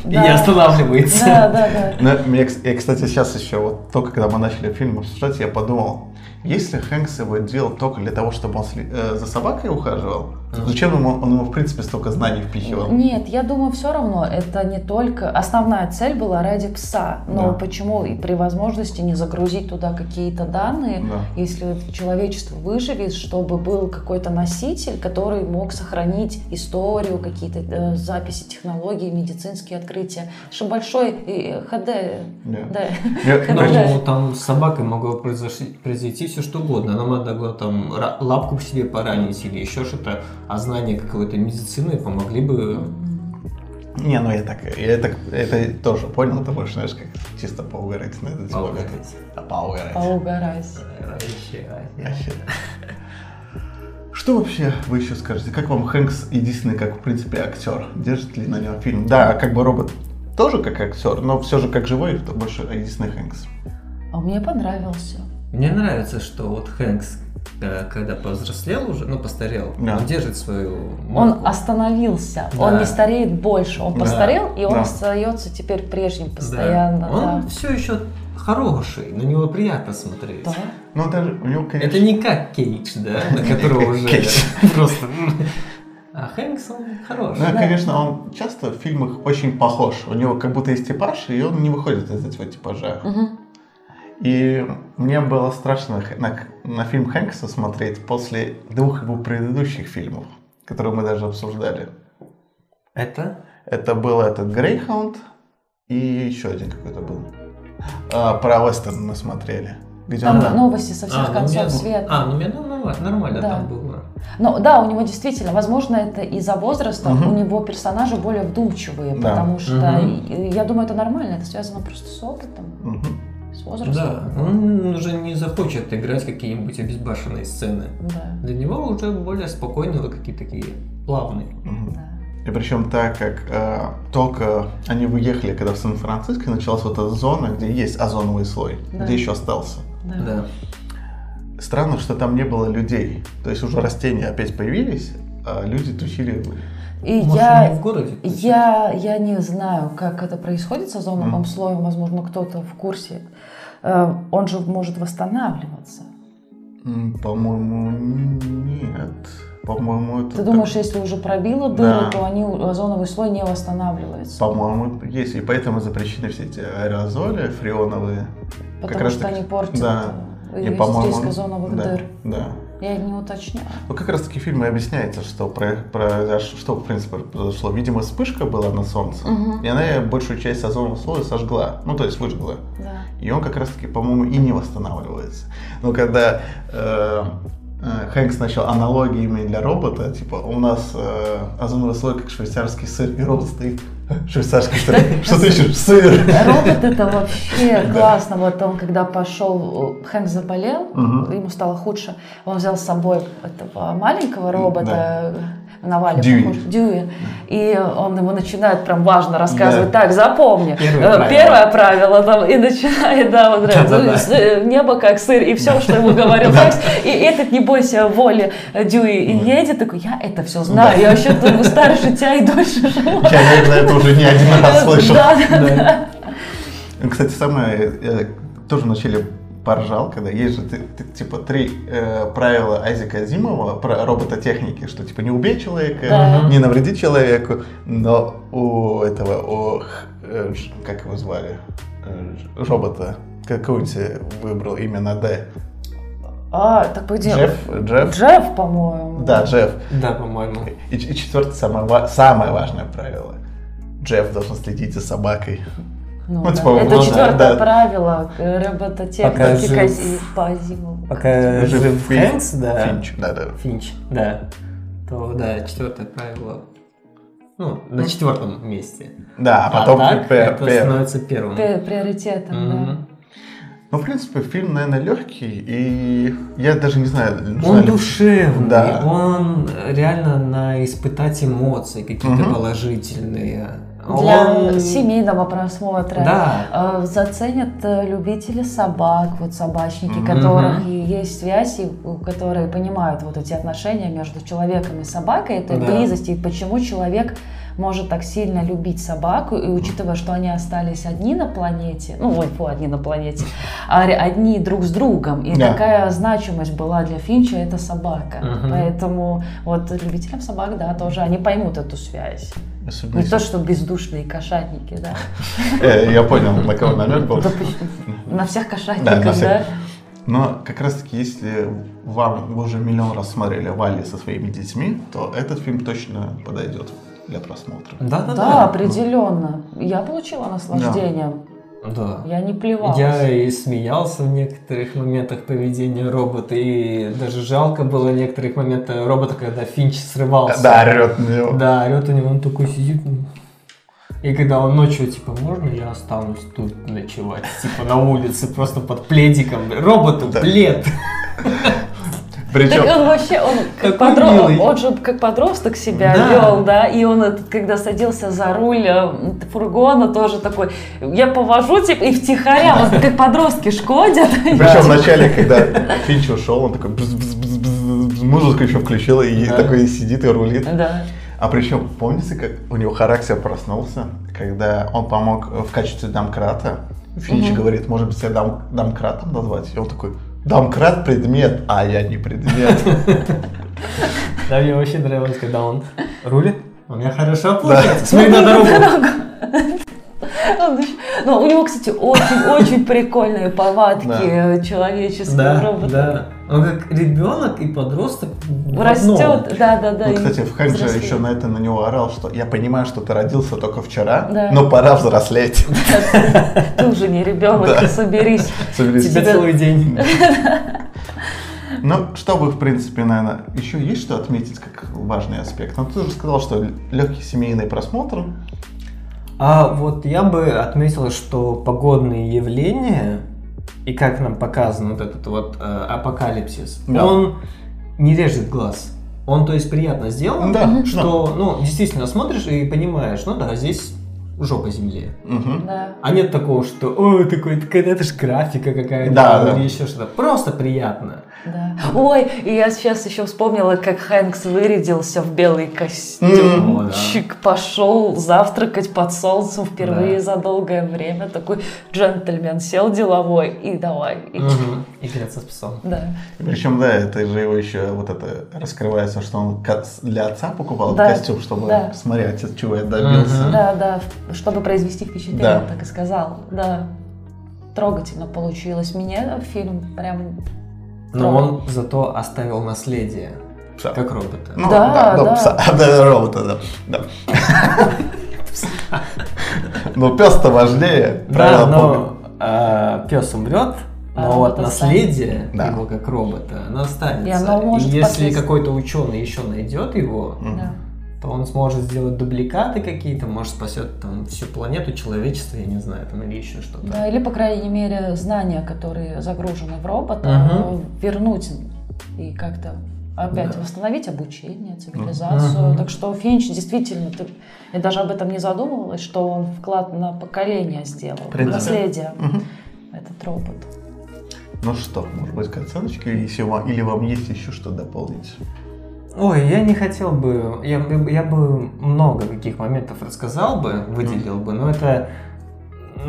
И Да. не останавливается. Да, да, да. Но мне, кс- Ну, я, кстати, сейчас еще, вот только когда мы начали фильм обсуждать, я подумал, если Хэнкс его делал только для того, чтобы он сли- э, за собакой ухаживал, то Мгм. зачем ему, он ему, в принципе, столько знаний впихивал? Нет, я думаю, все равно это не только... Основная цель была ради пса. Но Да. почему и при возможности не загрузить туда какие-то данные, Да. если это человечество выживет, чтобы был какой-то носитель, который мог сохранить историю, какие-то э, записи, технологии, медицинские открытия. Что большой э, ХД... Да. Да. Я- Ну, Ну, короче, да. там с собакой могло произошли- произойти все что угодно. Она могла там ра- лапку в себе поранить или еще что-то, а знания какой-то медицины помогли бы Не, ну я так, я так, это тоже понял, ты больше, знаешь, как чисто ну, поугарать на этот Поугарать. А поугарать. Поугарайся. Вообще. Что вообще вы еще скажете? Как вам Хэнкс и Дисней как, в принципе, актер? Держит ли на нем фильм? Да, как бы робот тоже как актер, но все же как живой, то больше Дисней Хэнкс. А мне понравился. Мне нравится, что вот Хэнкс, э, когда повзрослел уже, ну, постарел, Да. он держит свою марку. Он остановился, Да. он не стареет больше, он Да. постарел, и он Да. остается теперь прежним Да. постоянно. Он да. все еще хороший, на него приятно смотреть. Да. Ну, даже у него, конечно... Это не как Кейдж, да, на которого уже Кейдж. просто... А Хэнкс, он хороший. Ну, конечно, он часто в фильмах очень похож. У него как будто есть типаж, и он не выходит из этого типажа. Мгм. И мне было страшно х- на, к- на фильм Хэнкса смотреть после двух его предыдущих фильмов, которые мы даже обсуждали. Это? Это был этот Грейхаунд и еще один какой-то был. А, про Вестерн мы смотрели. Где он Там там? новости со всех А, ну, концов мне- света. А, ну, мне ну, нормально, нормально Да. там было. Но да, у него действительно, возможно, это из-за возраста, Мгм. у него персонажи более вдумчивые, Да. потому что Мгм. и- и я думаю, это нормально, это связано просто с опытом, Мгм. с возрастом. Да, он уже не захочет играть какие-нибудь обезбашенные сцены. Да. Для него уже более спокойные, вот какие-то такие плавные. Мгм. да. И причем так как э, только они выехали, когда в Сан-Франциско началась вот эта зона, где есть озоновый слой, Да. где еще остался. Да. Да. Странно, что там не было людей. То есть уже растения опять появились, а люди тусили. И Может, я, они в городе? я, я не знаю, как это происходит с озоновым слоем, возможно, кто-то в курсе. Э, Он же может восстанавливаться. М, По-моему, нет. По-моему, это... Ты так- думаешь, если уже пробило дыры, Да. то они, озоновый слой не восстанавливается. По-моему, есть. И поэтому запрещены все эти аэрозоли фреоновые. как потому раз что таки- они портят да. э, И, риск озоновых да, дыр. Да. Я не уточняю. Ну, как раз таки в фильме объясняется, что, про, произош- что в принципе произошло. Видимо, вспышка была на Солнце, Мгм. и она большую часть озонового слоя сожгла. Ну, то есть выжгла. Да. И он как раз таки, по-моему, и не восстанавливается. Но когда э, э, Хэнкс начал аналогиями для робота, типа, у нас э, озоновый слой как швейцарский сыр, и робот стоит. Швейцарский сыр. Что ты ищешь? Сыр! Робот это вообще классно. Вот он, когда пошел, э, Хэнк заболел, Мгм. ему стало худше. Он взял с собой этого маленького робота э, на Вале, Дьюи. похож, Дьюи. И он ему начинает прям важно рассказывать. Да. Так, запомни. Первое Э, правило. Первое правило. там, и начинает, да, вот, Да-да-да. э, с- э, небо как сыр, и все, что ему говорил Хэнкс. И этот, не бойся, воли э, Дьюи. И едет такой, я это все знаю. Я вообще думаю, старше тебя и дольше живу. Я, наверное, это уже не один раз слышал. Да, да, да. Кстати, самое, я э, тоже вначале поржал, когда есть же ты- ты- типа три э, правила Айзека Азимова про робототехники, что типа не убей человека, Да. не навреди человеку, но у этого, у Х- э, Ж- как его звали, Э, Ж- робота, какого-нибудь выбрал имя на Д. А, так погоди. Джефф, Джефф, Джефф, по-моему. да, Джефф. Да, по-моему. И, и четвертое самое, ва- самое важное правило. Джефф должен следить за собакой. Ну, Ну, да. типа, Это ну да, четвертое да. правило э, Пока робототехники жив. Кази- по Азимову. Пока Жив жив Финч. Хэнкс, да. Финч, да-да. Финч, да. То, да, четвертое правило. Ну, на четвертом месте. Да, а потом так пе- это пе- становится первым. Пе- Приоритетом, да. Мгм. Ну, в принципе, фильм, наверное, легкий, и я даже не знаю, нужна Он ли- душевный, Да. он реально на испытать эмоции какие-то Мгм. положительные. Для Он- семейного просмотра. Да. Э, Заценят э, любители собак, вот собачники, Мгм. которых и есть связь, и у- которые понимают вот эти отношения между человеком и собакой, этой Да. близости, и почему человек может так сильно любить собаку, и учитывая, что они остались одни на планете, ну, ой, фу, одни на планете, а ре- одни друг с другом, и Да. такая значимость была для Финча, это собака. Мгм. Поэтому вот любителям собак, да, тоже они поймут эту связь. Особенно Не то, если- что бездушные кошатники, да. Э, Я понял, на кого намек был. Да почему? Ну, На всех Да, на кошатниках, всех. да? Но как раз-таки, если вам вы уже миллион раз смотрели Валли со своими детьми, то этот фильм точно подойдет для просмотра. Да, Ну да, Да, да. определенно. Я получила наслаждение. Да. Я не плевалась. Я и смеялся в некоторых моментах поведения робота, и даже жалко было некоторых моментов робота, когда Финч срывался. Да, орет на него. Да, орет у него, он такой сидит. ну, И когда он ночью, типа, можно я останусь тут ночевать? Типа, на улице, просто под пледиком. Роботу, плед. Причем, Так он вообще, он как, Такой подро- милый. он же как подросток себя Да. вел, да, и он, этот, когда садился за руль э, фургона, тоже такой, я повожу, типа, и втихаря, вот как подростки шкодят. причем вначале, когда Финч ушел, он такой бз- бз- бз- бз- бз- музыку еще включил и Да. такой сидит и рулит. Да. А причем, помните, как у него характер проснулся, когда он помог в качестве домкрата? Финч говорит, может быть, себя дом, домкратом назвать? И он такой, домкрат предмет, а я не предмет. Да, мне вообще нравилось, когда он рулит. У меня хорошо получается. Смотри на дорогу. Он еще- Но у него, кстати, очень-очень прикольные повадки Да. э, человеческого Да, робота. да. Он как ребенок и подросток. в одном. Растет, да, да, да. Ну, и кстати, в Хэнджи взрослеет. еще на это на него орал, что я понимаю, что ты родился только вчера, Да. но пора взрослеть. Ты уже не ребенок, ты соберись. Соберись. Тебя целый день. Ну, чтобы, в принципе, наверное, еще есть что отметить как важный аспект. Но ты же сказал, что легкий семейный просмотр. А вот я бы отметил, что погодные явления и как нам показан вот этот вот э, апокалипсис, Да. он не режет глаз. Он, то есть, приятно сделан, Да, что, ну, действительно смотришь и понимаешь, ну да, здесь жопа земли. Мгм. Да. А нет такого, что, ой, такой, такая, это ж графика какая-то, Да, да. или еще что-то. Просто приятно. Да. Ой, и я сейчас еще вспомнила, как Хэнкс вырядился в белый М. О, да. костюмчик, пошел завтракать под солнцем впервые за долгое время. Такой джентльмен сел деловой и давай. И- Мгм. Играться с псом. Да. Причем, да, это же его еще вот это раскрывается, что он ко- для отца покупал Да, костюм, чтобы да. смотреть, от чего я добился. Мгм. да, да, в- чтобы произвести впечатление, Да. так и сказал. Да. Трогательно получилось. Мне фильм прям... Но он зато оставил наследие, Пса. как робота. Ну, Да, да, да. да, пса, да, робота, да. да. Но Ну, пес-то важнее, Да, правильно помню. но пес умрет, А но вот робот наследие Да. его как робота, оно останется. И оно может если последствия- какой-то ученый еще найдет его, Мгм. Да. то он сможет сделать дубликаты какие-то, может спасет там всю планету, человечество, я не знаю, там или еще что-то. Да, или, по крайней мере, знания, которые загружены в робота, Мгм. э, вернуть и как-то опять Да. восстановить обучение, цивилизацию. Мгм. Так что Финч действительно, ты- я даже об этом не задумывалась, что он вклад на поколение сделал, принципе. наследие, Мгм. этот робот. Ну что, может быть, к оценочке, если вам, или вам есть еще что дополнить? Ой, я не хотел бы, я, бы- я бы много каких моментов рассказал бы, выделил бы, но это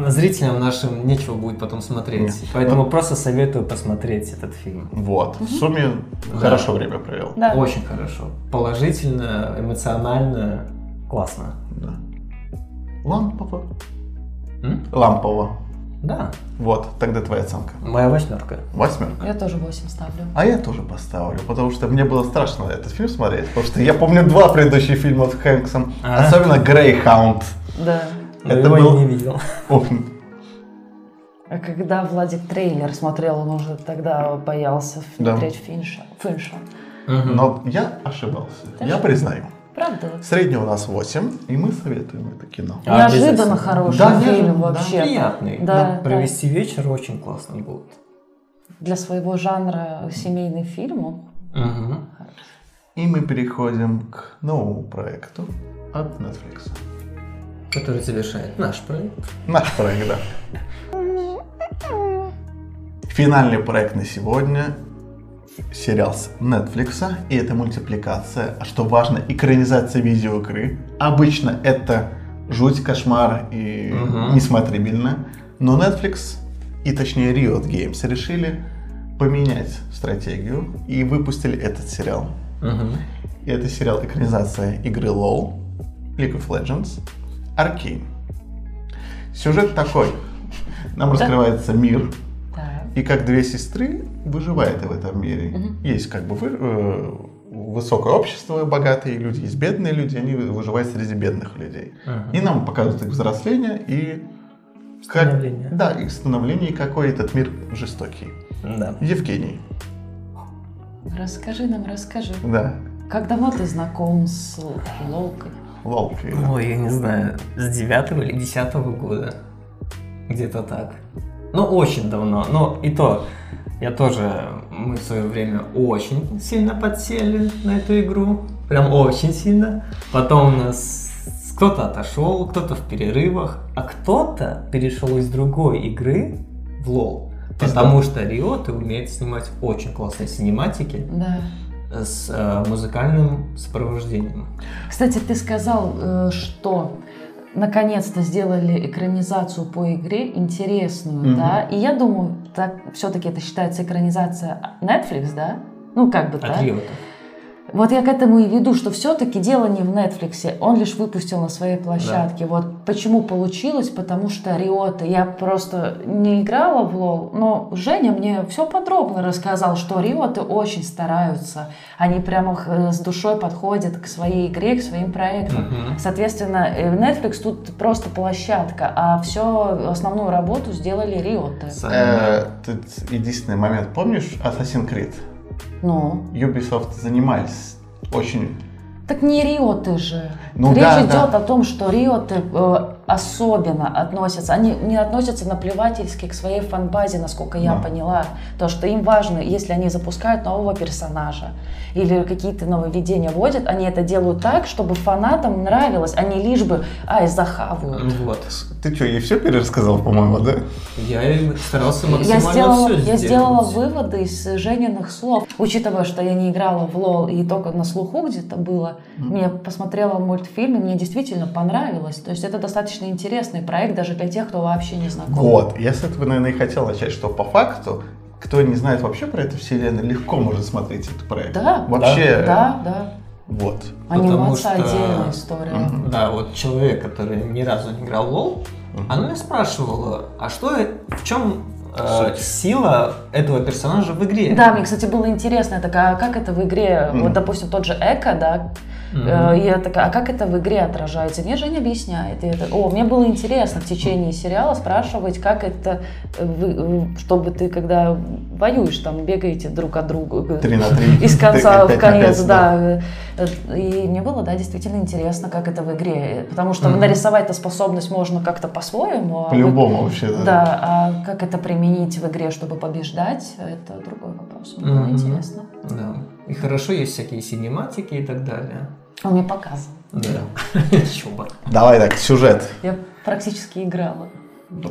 зрителям нашим нечего будет потом смотреть. Поэтому просто советую посмотреть этот фильм. Вот. В сумме хорошо время провел. Да. Очень хорошо. Положительно, эмоционально, классно. Да. Лампово. М? Лампово. Да, Вот, тогда твоя оценка. моя восьмерка. Восьмерка. Я тоже 8 ставлю. А я тоже поставлю, потому что мне было страшно этот фильм смотреть, потому что я помню два предыдущих фильма с Хэнксом, А. особенно «Грейхаунд». Да. Но Это его был- я не видел. Ух, А когда Владик трейлер смотрел, он уже тогда боялся Да. смотреть Финша. Финша. Но я ошибался, я признаю. Правда? Средний у нас 8, и мы советуем это кино. А, Неожиданно обязательно. хороший Да, фильм неожиданно, да. вообще. Приятный. Да, да. Провести вечер очень классно будет. для своего жанра семейный фильм. он- Мгм. И мы переходим к новому проекту от Netflix. Который завершает наш проект. Наш проект, да. Финальный проект на сегодня – сериал с Netflix, и это мультипликация, а что важно, экранизация видеоигры. Обычно это жуть, кошмар и Мгм. несмотрибельно, но Netflix и точнее Riot Games решили поменять стратегию и выпустили этот сериал. Мгм. И Это сериал экранизация игры LoL, League of Legends, Arcane. Сюжет такой. Нам раскрывается мир, Да. и как две сестры выживает в этом мире. Есть как бы вы- э, высокое общество, богатые люди, есть бедные люди, они выживают среди бедных людей. И нам показывают их взросление и... как- Становление. да, их становление, и какой этот мир жестокий. Да. Евгений, Расскажи нам, расскажи. да, Как давно ты знаком с Лолкой? Лол, когда? Ой, я не знаю, с девятого или десятого года. Где-то так. Ну, очень давно. Но и то, я тоже, мы в свое время очень сильно подсели на эту игру. Прям очень сильно. Потом у нас кто-то отошел, кто-то в перерывах, а кто-то перешел из другой игры в лол. Потому что Риоты умеет снимать очень классные синематики Да. с э, музыкальным сопровождением. Кстати, ты сказал, э, что наконец-то сделали экранизацию по игре интересную, Мгм. да? И я думаю, так все-таки это считается экранизация Netflix, да? Ну, как бы От так. Риота. Вот я к этому и веду, что все-таки дело не в Netflix, он лишь выпустил на своей площадке. Вот почему получилось, потому что Риота, я просто не играла в лол, но Женя мне все подробно рассказал, что Риоты очень стараются, они прямо х- э, с душой подходят к своей игре, к своим проектам. Мгм. Соответственно, э, Netflix тут просто площадка, а все основную работу сделали Риоты. Сами, Э, Тут единственный момент. Помнишь Assassin's Creed? Ну, Ubisoft занимались очень... Так не Риоты же. Ну Речь да, идет да. о том, что Риоты э, особенно относятся, они не относятся наплевательски к своей фанбазе, насколько я Да. поняла. То, что им важно, если они запускают нового персонажа или какие-то нововведения вводят, они это делают так, чтобы фанатам нравилось, а не лишь бы, ай, захавают. да. Э, Вот. Ты что, ей все перерассказал, по-моему, да? Я и старался Я максимально сделала, все я сделать. сделала выводы из Жениных слов. Учитывая, что я не играла в лол и только на слуху где-то было, мне посмотрела мультфильм, и мне действительно понравилось. То есть это достаточно интересный проект даже для тех, кто вообще не знаком. Вот, я с этого, наверное, и хотел начать, что по факту, кто не знает вообще про эту вселенную, легко может смотреть этот проект. Да, Вообще, да, да. вот. Потому Анимация что- отдельная история. Мгм. Да, вот человек, который ни разу не играл в лол, она меня спрашивала, а что, э- в чем э, сила этого персонажа в игре? Да, мне, кстати, было интересно, я такая, а как это в игре, Мгм. вот, допустим, тот же Эко, да, Мгм. э, я такая, а как это в игре отражается? Мне Женя объясняет. И это, о, мне было интересно в течение сериала спрашивать, как это, э, вы- э, чтобы ты, когда воюешь, там, бегаете друг от друга. э, Три на три. Из конца Пять на в пять, конец, да. Э, И мне было, да, действительно интересно, как это в игре. Потому что Мгм. нарисовать-то способность можно как-то по-своему. а вот- По-любому вообще. да, а как это применить в игре, чтобы побеждать, это другой вопрос. Мне было Мгм. интересно. Да. И хорошо есть всякие синематики и так далее. Он мне показывал. Да. Еще бы. Давай так, сюжет. Я практически играла. Ну,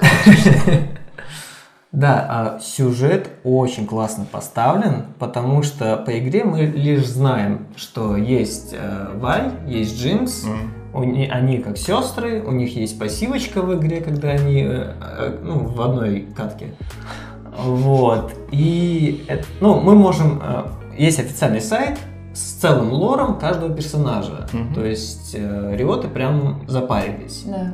Да, а сюжет очень классно поставлен, потому что по игре мы лишь знаем, что есть э, Вай, есть Джинкс, М. У не- они как сестры, у них есть пассивочка в игре, когда они э, э, ну, в одной катке. Вот. И это- ну, мы можем... э, Есть официальный сайт с целым лором каждого персонажа. Мгм. То есть э, риоты прям запарились. Да.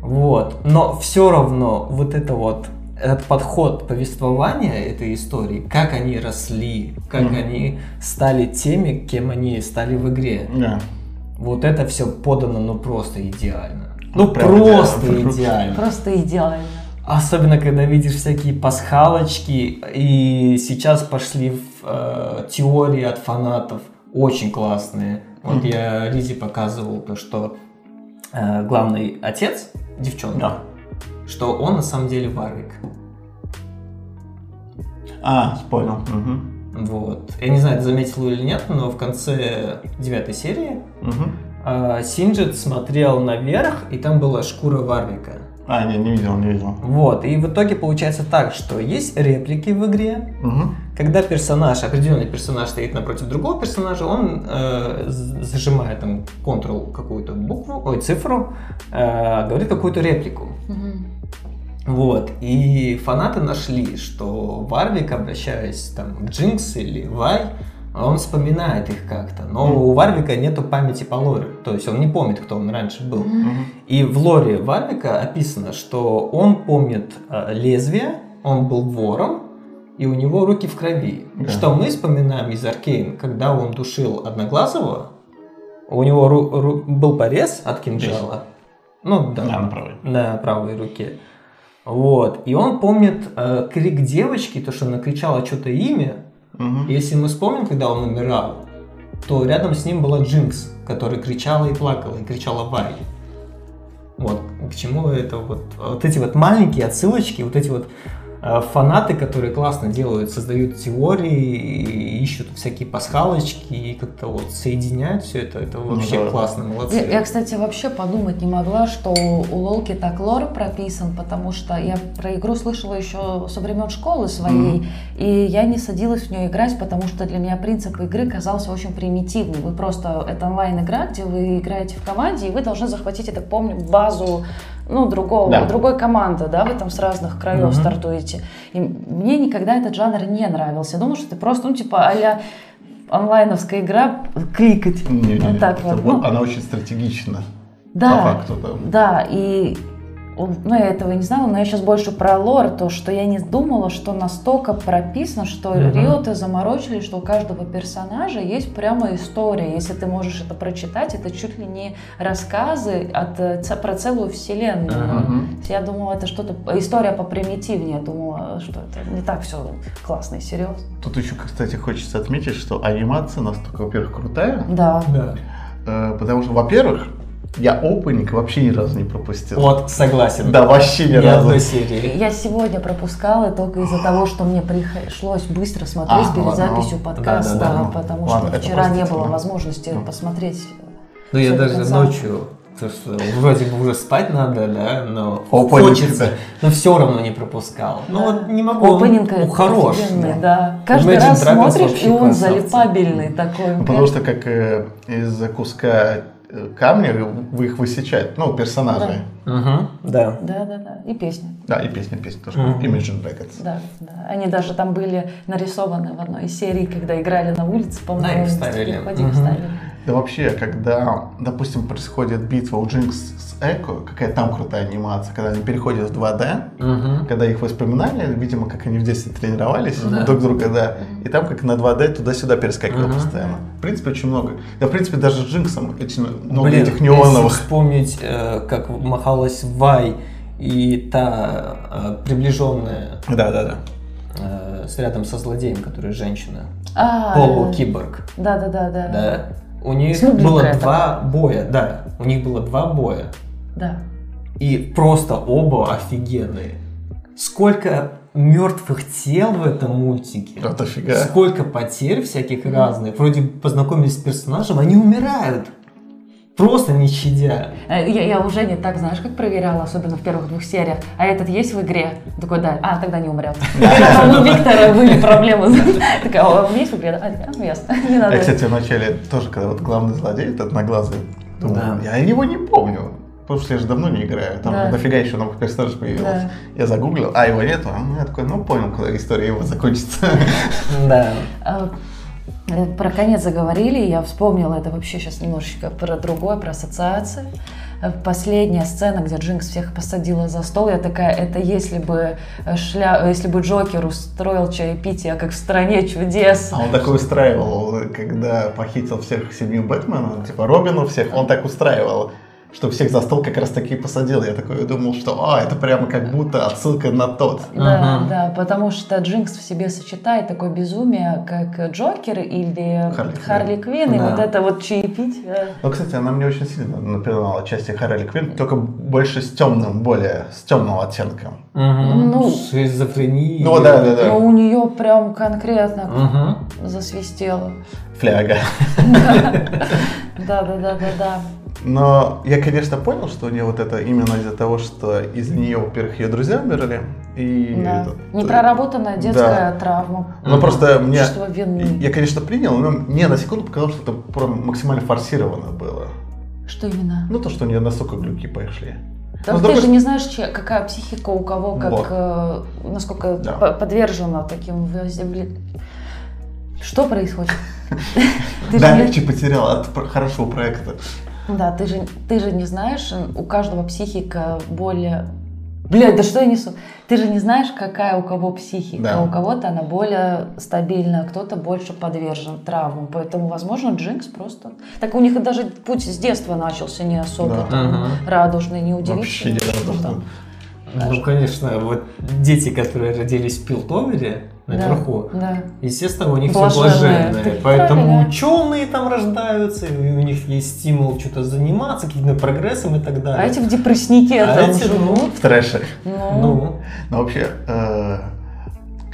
Вот. Но все равно вот это вот этот подход повествования этой истории, как они росли, как Мгм. они стали теми, кем они стали в игре. Да. Вот это все подано, ну просто идеально. Ну Прям просто идеально. идеально. Просто идеально. Особенно, когда видишь всякие пасхалочки, и сейчас пошли в, э, теории от фанатов, очень классные. Вот Мгм. я Ризе показывал то, что э, главный отец девчонки, Да. что он на самом деле Варвик. А, понял. Мгм. Вот. Я не знаю, ты заметил или нет, но в конце девятой серии Мгм. э, Синджит смотрел наверх, и там была шкура Варвика. А, не, не видел, не видел. Вот, и в итоге получается так, что есть реплики в игре, Мгм. когда персонаж, определенный персонаж стоит напротив другого персонажа, он э, з- зажимает там Ctrl какую-то букву, ой, цифру, э, говорит какую-то реплику. Мгм. Вот, и фанаты нашли, что Варвик, обращаясь там к Джинкс или Вай, он вспоминает их как-то, но Мгм. у Варвика нету памяти по лору, то есть он не помнит, кто он раньше был. Мгм. И в лоре Варвика описано, что он помнит э, лезвие, он был вором, и у него руки в крови. Да. Что мы вспоминаем из Аркейн, когда он душил Одноглазого, у него ру- ру- был порез от кинжала. Ну да, Да, на правой. на правой руке. Вот. И он помнит э, крик девочки, то, что она кричала что-то имя. Мгм. Если мы вспомним, когда он умирал, то рядом с ним была Джинкс, которая кричала и плакала, и кричала Вай. Вот, к чему это вот, вот эти вот маленькие отсылочки, вот эти вот э, фанаты, которые классно делают, создают теории, и ищут всякие пасхалочки и как-то вот соединяют все это, это вообще Ну да. классно, молодцы. Я, я, кстати, вообще подумать не могла, что у Лолки так лор прописан, потому что я про игру слышала еще со времен школы своей, и я не садилась в нее играть, потому что для меня принцип игры казался очень примитивным. Вы просто это онлайн-игра, где вы играете в команде, и вы должны захватить, я так помню, базу ну, другого, Да. другой команды, да, вы там с разных краев Мгм. стартуете. И мне никогда этот жанр не нравился. Я думала, что ты просто, ну, типа, а-ля онлайновская игра, кликать. Не, не, не. Вот так Это вот. вот ну, Она очень стратегична. да. По факту там. Да, и он- ну, я этого не знала, но я сейчас больше про лор, то, что я не думала, что настолько прописано, что Мгм. риоты заморочились, что у каждого персонажа есть прямо история. Если ты можешь это прочитать, это чуть ли не рассказы от, э, ц- про целую вселенную. Ага. Мгм. Я думала, это что-то, история попримитивнее, я думала, что это не так все классно и серьезно. Тут еще, кстати, хочется отметить, что анимация настолько, во-первых, крутая, Да. Да. э, потому что, во-первых, я опенинг вообще ни разу не пропустил. Вот, согласен. Да, вообще ни Ни одной разу. серии. Я сегодня пропускала только из-за того, что мне пришлось быстро смотреть А, перед ладно. записью подкаста, ну Да, ну, да, ладно. потому Ладно, что это вчера не простительно. было возможности Ну. посмотреть. Ну, я Всё до даже конца. ночью, потому что вроде бы уже спать надо, да, но Опаньки, да. хочется, но все равно не пропускал. Ну, вот не могу, он, Опенинг ну, хорош. офигенный, да. да. Каждый Imagine раз Dragons смотришь, вообще и он красавцы. залипабельный такой. Ну, потому что как э, из-за куска э, камня вы их высечать, ну, персонажи. Мгм, да. Да, да, да. И песня. Да, и песня, песня тоже. Мгм. Imagine Dragons. Да, да. Они даже там были нарисованы в одной из серий, когда играли на улице, Да, по-моему, их вместе вставили. переходили, Мгм. вставили. Да вообще, когда, допустим, происходит битва у Джинкс с Эко, какая там крутая анимация, когда они переходят в 2D, Мгм. когда их воспоминания, видимо, как они в детстве тренировались Ну Да. друг друга, да, и там как на 2D туда-сюда перескакивал Мгм. постоянно. В принципе, очень много. Да, в принципе, даже с Джинксом эти много Блин, этих если неоновых. вспомнить, э, как махалась Вай и та э, приближенная Да-да-да. э, с рядом со злодеем, которая женщина, А, полукиборг, Да, да, да, да. да, у них Смугленькая было такая. два боя, да, у них было два боя. Да. И просто оба офигенные. Сколько мертвых тел в этом мультике. Вот офига. Сколько потерь всяких разных. Вроде бы познакомились с персонажем, они умирают. Просто не щадя. Э, Я, я уже не так, знаешь, как проверяла, особенно в первых двух сериях. А этот есть в игре? Такой, да. А, тогда не умрет. Потом У Виктора были проблемы. Такая, «А, он есть в игре? Да, А, да, ну, ясно. Не Я, надо. Э, кстати, вначале тоже, когда вот главный злодей, этот одноглазый, думал, Да. я его не помню. Потому что я же давно не играю, там Да. дофига еще новых персонажей появилось. Да. Я загуглил, а его нету. А я такой, ну понял, когда история его закончится. Да. Э, э, Про конец заговорили, я вспомнила это вообще сейчас немножечко про другое, про ассоциации. Э, Последняя сцена, где Джинкс всех посадила за стол, я такая, это если бы э, шля... э, если бы Джокер устроил чаепитие, как в стране чудес. А он такой устраивал, когда похитил всех семью Бэтмена, типа Робину всех, он так устраивал, что всех за стол как раз таки и посадил. Я такой думал, что а, это прямо как будто отсылка на тот. Да, Мгм. да, потому что Джинкс в себе сочетает такое безумие, как Джокер или Харли Харли, Квинн, и Да. вот это вот чаепитие. Ну, кстати, она мне очень сильно напоминала части Харли Квинн, только больше с темным, более с темного оттенка. Мгм. Ну. Шизофрения. Ну да, да, Но да. у нее прям конкретно Мгм. засвистело. Фляга. Да, да, да, да, да. Но я, конечно, понял, что у нее вот это именно из-за того, что из нее, во-первых, ее друзья умерли. И Да. этот- Непроработанная детская травма. Ну, просто мне... Чувство вины. Я, конечно, принял, но мне на секунду показалось, что это прям максимально форсировано было. Что именно? Ну, то, что у нее настолько глюки пошли. Потому ну, что ты допу- же не знаешь, чья- какая психика у кого, как Вот. э, насколько Да. по- подвержена таким возявле- Что происходит? Ты же Да, не- легче потерял от про- хорошего проекта. Да, ты же, ты же не знаешь, у каждого психика более... Блядь, да что я несу? Ты же не знаешь, какая у кого психика. Да. У кого-то она более стабильна, кто-то больше подвержен травмам. Поэтому, возможно, Джинкс просто... Так у них даже путь с детства начался не особо Да. там Мгм. радужный, не Вообще удивительный. не что радужно. там. Ну, конечно, вот дети, которые родились в Пилтовере, наверху. Да. Естественно, у них все Блаженные. блаженное. Так Поэтому правильно. ученые там рождаются, и у них есть стимул что-то заниматься, каким-то прогрессом и так далее. А эти в депрессники А там эти, ну, живут. В трэше. Ну, Ну, Но вообще, э,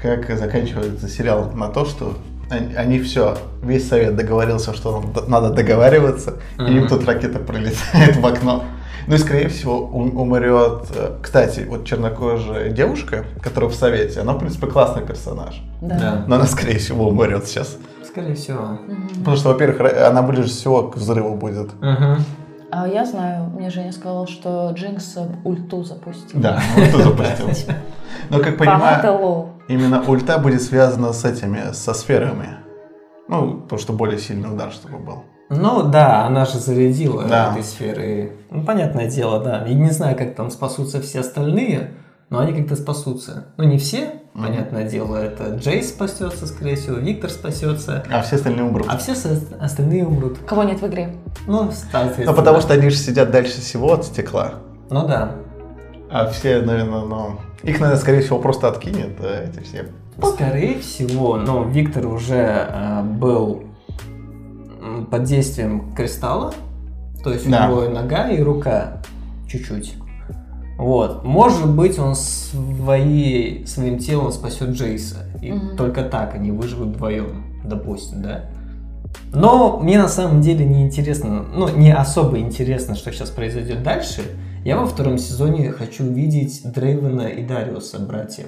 как заканчивается сериал на то, что они, все, весь совет договорился, что нам д- надо договариваться, и им Мгм. тут ракета пролетает в окно. Ну и, скорее всего, ум- умрет... э, Кстати, вот чернокожая девушка, которая в совете, она, в принципе, классный персонаж. да. да. Но она, скорее всего, умрет сейчас. Скорее всего. Мгм. Потому что, во-первых, ра- она ближе всего к взрыву будет. Мгм. А я знаю, мне Женя сказал, что Джинкс ульту запустил. Да, вот тут запустился. Но, как понимаю... Фанаты лол. Именно ульта будет связана с этими, со сферами. Ну, потому что более сильный удар, чтобы был. Ну да, она же зарядила Да. этой сферы. Ну, понятное дело, да. И не знаю, как там спасутся все остальные, но они как-то спасутся. Ну, не все, Мгм. понятное дело, это Джейс спасется, скорее всего, Виктор спасется, А все остальные умрут. а все со- остальные умрут. Кого нет в игре? Ну, соответственно. Ну, потому что они же сидят дальше всего от стекла. Ну да. А все, наверное, ну... Их, наверное, скорее всего, просто откинет э, эти все. Скорее всего, но Виктор уже э, был м, под действием кристалла, то есть Да. у него и нога, и рука чуть-чуть. Вот. Может быть, он свои, своим телом спасет Джейса. И Мгм. только так они выживут вдвоем, допустим, да? Но мне на самом деле не интересно, ну, не особо интересно, что сейчас произойдет дальше. Я во втором сезоне хочу увидеть Дрейвена и Дариуса, братьев.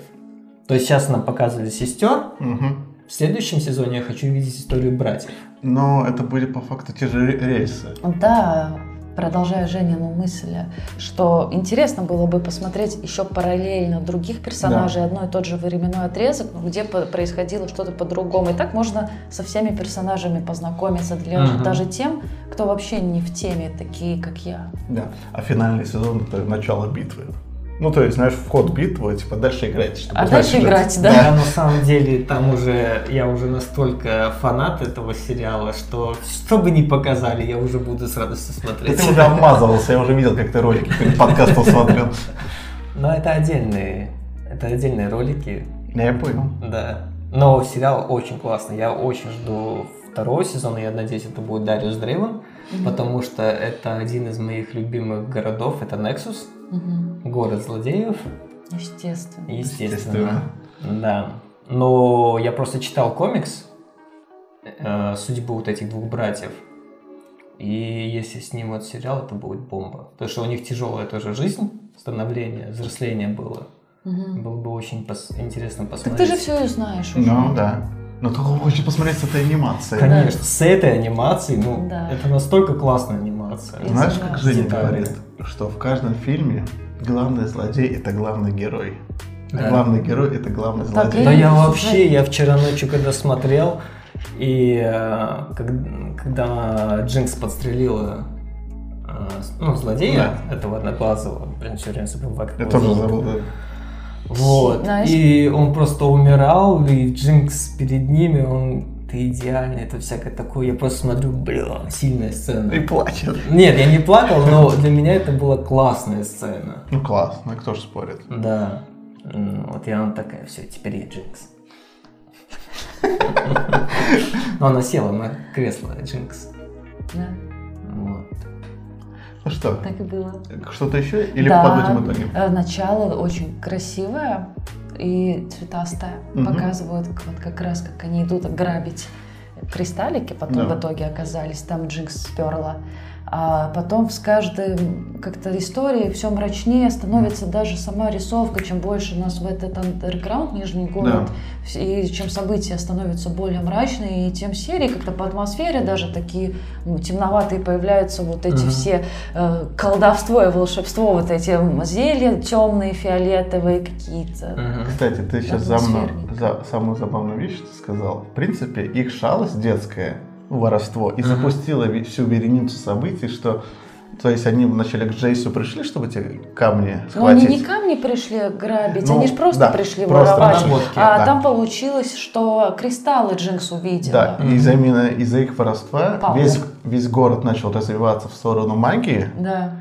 То есть сейчас нам показывали сестер, Мгм. в следующем сезоне я хочу увидеть историю братьев. Но это будет по факту те же ре- рельсы. Да, продолжая Женину мысль, что интересно было бы посмотреть еще параллельно других персонажей, одно и тот же временной отрезок, но где по- происходило что-то по-другому. И так можно со всеми персонажами познакомиться, для Мгм. даже тем, кто вообще не в теме, такие как я. Да. А финальный сезон — это начало битвы. Ну, то есть, знаешь, вход битвы, типа, дальше играть. чтобы А узнать дальше сюжет. играть, да. Да, на самом деле там уже я уже настолько фанат этого сериала, что что бы ни показали, я уже буду с радостью Да смотреть. ты уже обмазывался, я уже видел, как ты ролики перед подкастом смотрел. Но это отдельные, это отдельные ролики, Да, Ну, я понял. да. Но сериал очень классный, я очень жду второго сезона, я надеюсь, это будет Дариус Дрейвен, потому что это один из моих любимых городов, это Нексус, Мгм. город злодеев, Естественно. Естественно. Да. Но я просто читал комикс э, судьбу вот этих двух братьев. И если снимут сериал, это будет бомба. Потому что у них тяжелая тоже жизнь, становление, взросление было. Мгм. Было бы очень пос- интересно Так посмотреть. ты же все и знаешь уже. Ну да. Но только хочешь посмотреть с этой анимацией. Конечно, с этой анимацией, ну, Да. это настолько классная анимация. Я Знаешь, согласна. как Женя Детально. говорит, что в каждом фильме главный злодей это главный герой. А Да. главный герой это главный Так злодей. Да я Реально, вообще, слушай. я вчера ночью когда смотрел, и э, ког- когда Джинкс подстрелила э, с- ну, злодея этого одноглазого, блин, все время забыл, как Я его тоже зовут. забыл. да. Вот, Знаешь- и он просто умирал, и Джинкс перед ними, он, ты идеальный, это всякое такое, я просто смотрю, блин, сильная сцена. И плачет. Нет, я не плакал, но для меня это была классная сцена. Ну классно, кто же спорит. Да. М, Вот я она такая, все, теперь я Джинкс. Но она села на кресло Джинкс. Да, Вот. Ну что, так и было. что-то еще или Да. подводим итоги? Э, Начало очень красивое и цветастое. Мгм. Показывают как- вот как раз, как они идут грабить кристаллики, потом Да. в итоге оказались, там Джинкс сперла. А потом с каждой как-то историей все мрачнее становится даже сама рисовка, чем больше нас в этот андерграунд, нижний город, вс- и чем события становятся более мрачные, и тем серии как-то по атмосфере даже такие ну, темноватые появляются вот эти Мгм. все э, колдовство и волшебство, вот эти м, зелья темные, фиолетовые какие-то. Мгм. Кстати, ты сейчас за Атмосферник. за самую забавную вещь что ты сказал. В принципе, их шалость детская, ну, воровство, и Мгм. запустила ве- всю вереницу событий, что то есть они вначале к Джейсу пришли, чтобы эти камни Но Ну, они схватить. не камни пришли габить, Ну, они же просто да, пришли просто воровать. наработки, а да. там получилось, что кристаллы Джинкс Да, увидела. и из-за именно из-за их воровства Папа. весь, весь город начал развиваться в сторону магии, Да.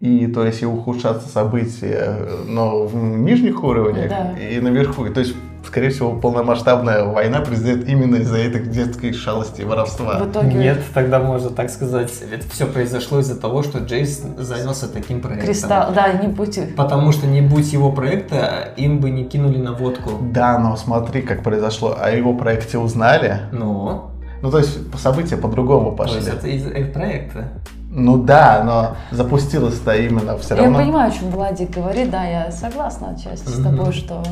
и то есть и ухудшаться события, э, но в нижних уровнях Да. и наверху. И, то есть скорее всего, полномасштабная война произойдет именно из-за этих детских шалостей и воровства. В итоге Нет, тогда можно так сказать. Ведь все произошло из-за того, что Джейс занялся таким проектом. кристалл, да, не будь... Потому что не будь его проекта, им бы не кинули на водку. Да, но смотри, как произошло. О его проекте узнали. Но, Ну, то есть, события по-другому то пошли. есть это из из проекта. Ну да, но запустилось-то именно все Я равно. понимаю, о чем Владик говорит, да, я согласна отчасти с Мгм. тобой, что...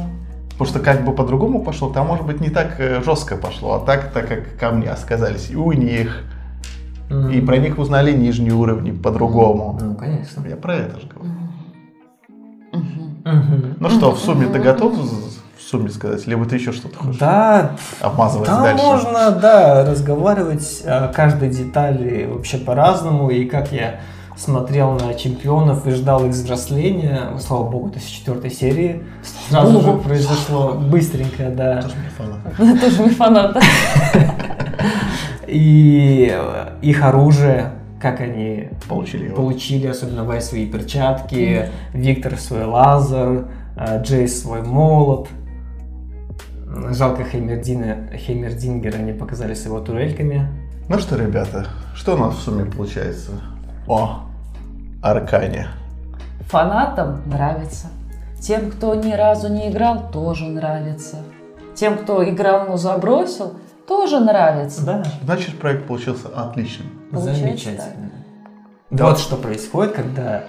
Потому что как бы по-другому пошло, там, может быть, не так э, жестко пошло, а так, так как камни сказались и у них, М. и про них узнали нижние уровни по-другому. Ну, конечно. Я про это же говорю. Мгм. Мгм. Ну что, в сумме ты готов з- в сумме сказать, либо ты еще что-то хочешь Да, обмазывать Там дальше? можно, да, разговаривать о каждой детали вообще по-разному. И как я смотрел на чемпионов и ждал их взросления, слава богу, это с четвертой серии, сразу же богу. произошло быстренько, да. Тоже мне фанат. Ну, Тоже не фанат. да. И э, их оружие, как они Получили его. получили, особенно Вай свои перчатки, Виктор свой лазер, а, Джейс свой молот. Жалко Хеймердина, Хеймердингера не показали с его турельками. Ну что, ребята, что у нас в сумме получается? О, Аркане. Фанатам нравится. Тем, кто ни разу не играл, тоже нравится. Тем, кто играл, но забросил, тоже нравится. Да. Значит, проект получился отличным. Получается Замечательно. Вот что происходит, когда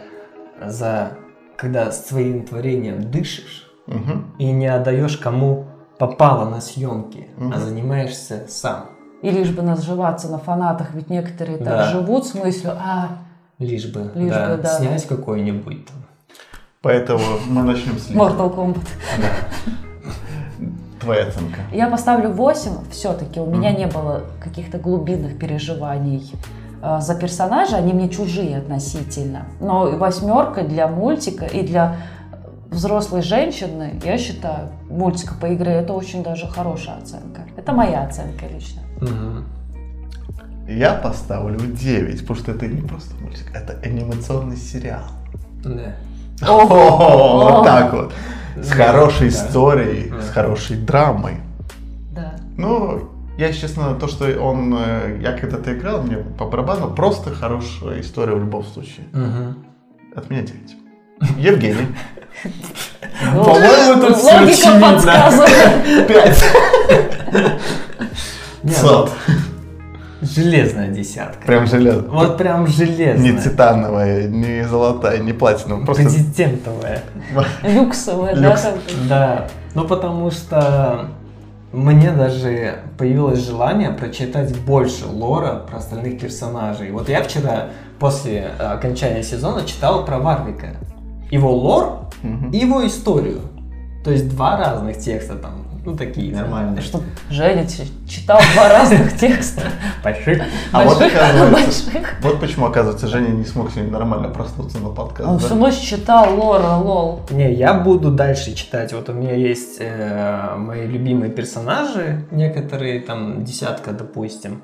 за когда своим творением дышишь Мгм. и не отдаешь кому попало на съемки, Мгм. а занимаешься сам, И лишь бы наживаться на фанатах, ведь некоторые так Да. живут с мыслью, а, лишь бы, Лишь да, бы, да. снять какой-нибудь там. Поэтому мы начнем с Лизы. Mortal Kombat. Твоя оценка. Я поставлю 8, все-таки у меня не было каких-то глубинных переживаний э, за персонажа, они мне чужие относительно. Но и восьмерка для мультика и для э, взрослой женщины, я считаю, мультика по игре это очень даже хорошая оценка. Это моя оценка лично. Мгм. Я поставлю 9, потому что это не просто мультик, это анимационный сериал. Да. О, вот так вот. С Да, хорошей да. историей, Да. с хорошей драмой. Да. Ну, я, если честно, то, что он, э, я когда-то играл, мне по барабану, просто хорошая история в любом случае. Мгм. От меня 9. Евгений. Ну, По-моему, тут всё логика очевидно. подсказывает. 5. Не, ну, Сот. Железная десятка. Прям железно. Вот прям железная. Не титановая, не золотая, не платиновая. Просто Президентовая. Люксовая, да, Люкс. там. Да, ну потому что мне даже появилось желание прочитать больше лора про остальных персонажей. Вот я вчера после э, окончания сезона читал про Варвика. Его лор Мгм. и его историю. То есть два разных текста там, ну такие нормальные. Что Женя ч- читал два разных текста. больших. А вот Больших, оказывается- больших. Вот почему, оказывается, Женя не смог сегодня нормально проснуться на А, Он подкаст. всю да? ночь читал Лора, лол. Не, я буду дальше читать. Вот у меня есть э, мои любимые персонажи, некоторые, там, десятка, допустим.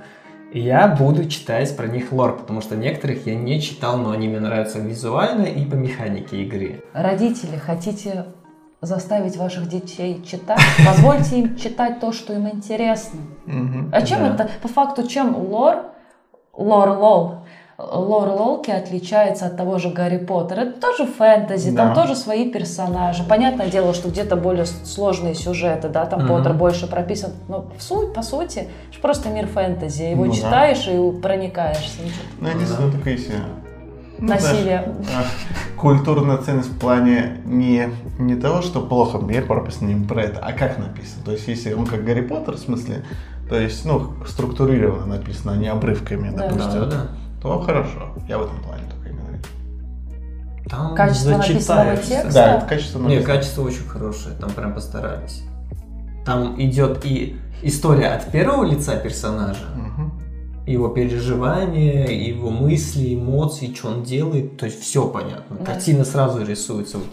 И Я буду читать про них лор, потому что некоторых я не читал, но они мне нравятся визуально и по механике игры. Родители, хотите заставить ваших детей читать? Позвольте им читать то, что им интересно. Мгм. Ну, А чем Да. это, по факту, чем лор, лор лол, лор лолки отличается от того же Гарри Поттера? Это тоже фэнтези, там Да. тоже свои персонажи. Понятное дело, что где-то более с- сложные сюжеты, да, там Мгм. Поттер больше прописан. Но в суть, по сути, это же просто мир фэнтези. Его Ну да. читаешь и проникаешься. Ну, единственное, только если... ну, знаешь, Насилие. а, Культурная ценность в плане не, не того, что плохо мир прописан, не про это, а как написано. То есть, если он как Гарри Поттер, в смысле, то есть, ну, структурированно написано, а не обрывками, Да. Ну допустим, то хорошо. Я в этом плане только именно. говорю. Там Качество написанного зачитаешься. текста. Да, это качество Не, написано. качество очень хорошее, там прям постарались. Там идет и история от первого лица персонажа, Мгм. его переживания, его мысли, эмоции, что он делает, то есть все понятно. Да. Картина сразу рисуется вот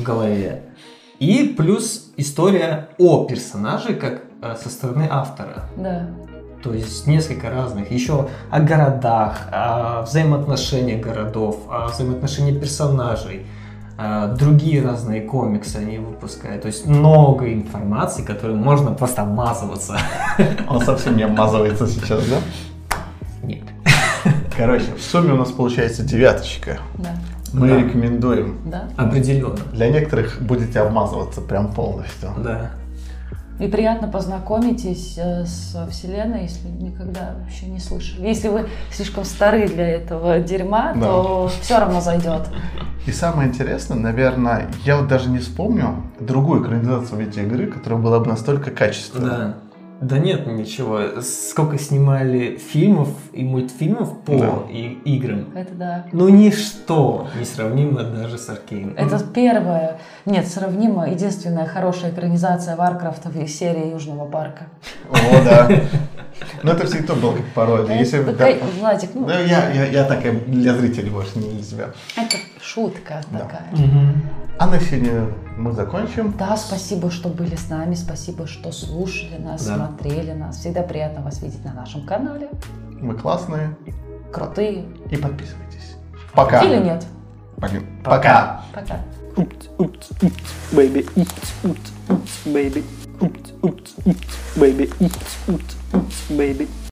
в голове. И плюс история о персонаже, как э, со стороны автора. Да. То есть несколько разных. Еще о городах, о взаимоотношениях городов, о взаимоотношениях персонажей, э, другие разные комиксы они выпускают. То есть много информации, которой можно просто обмазываться. Он совсем не обмазывается сейчас, да? Нет. Короче, в сумме у нас получается девяточка. Да, Мы Да. рекомендуем. да. Определенно. Для некоторых будете обмазываться прям полностью. Да. И приятно познакомитесь э, с Вселенной, если никогда вообще не слышали. Если вы слишком стары для этого дерьма, Да. то все равно зайдет. И самое интересное, наверное, я вот даже не вспомню другую экранизацию видеоигры, которая была бы настолько качественной. Да. Да нет, ничего. Сколько снимали фильмов и мультфильмов по Да. и- играм. Это да. Ну ничто не сравнимо даже с Аркейном. Это первая, нет, сравнимо, единственная хорошая экранизация Варкрафтовой серии Южного парка. О, да. Но это всегда было как пародия. Если Это да, такая- Владик, ну, да, я, я, я так и для зрителей больше не для себя. это шутка Да. такая. Мгм. А на сегодня мы закончим. Да, спасибо, что были с нами, спасибо, что слушали нас, Да. смотрели нас. Всегда приятно вас видеть на нашем канале. Вы классные. Крутые. И подписывайтесь. Пока. Или нет? Блин, Пока. Пока. Oops, oops, oops, baby, oops, oops, oops, baby, oops, oops, oops, baby, oops, oops, oops, baby.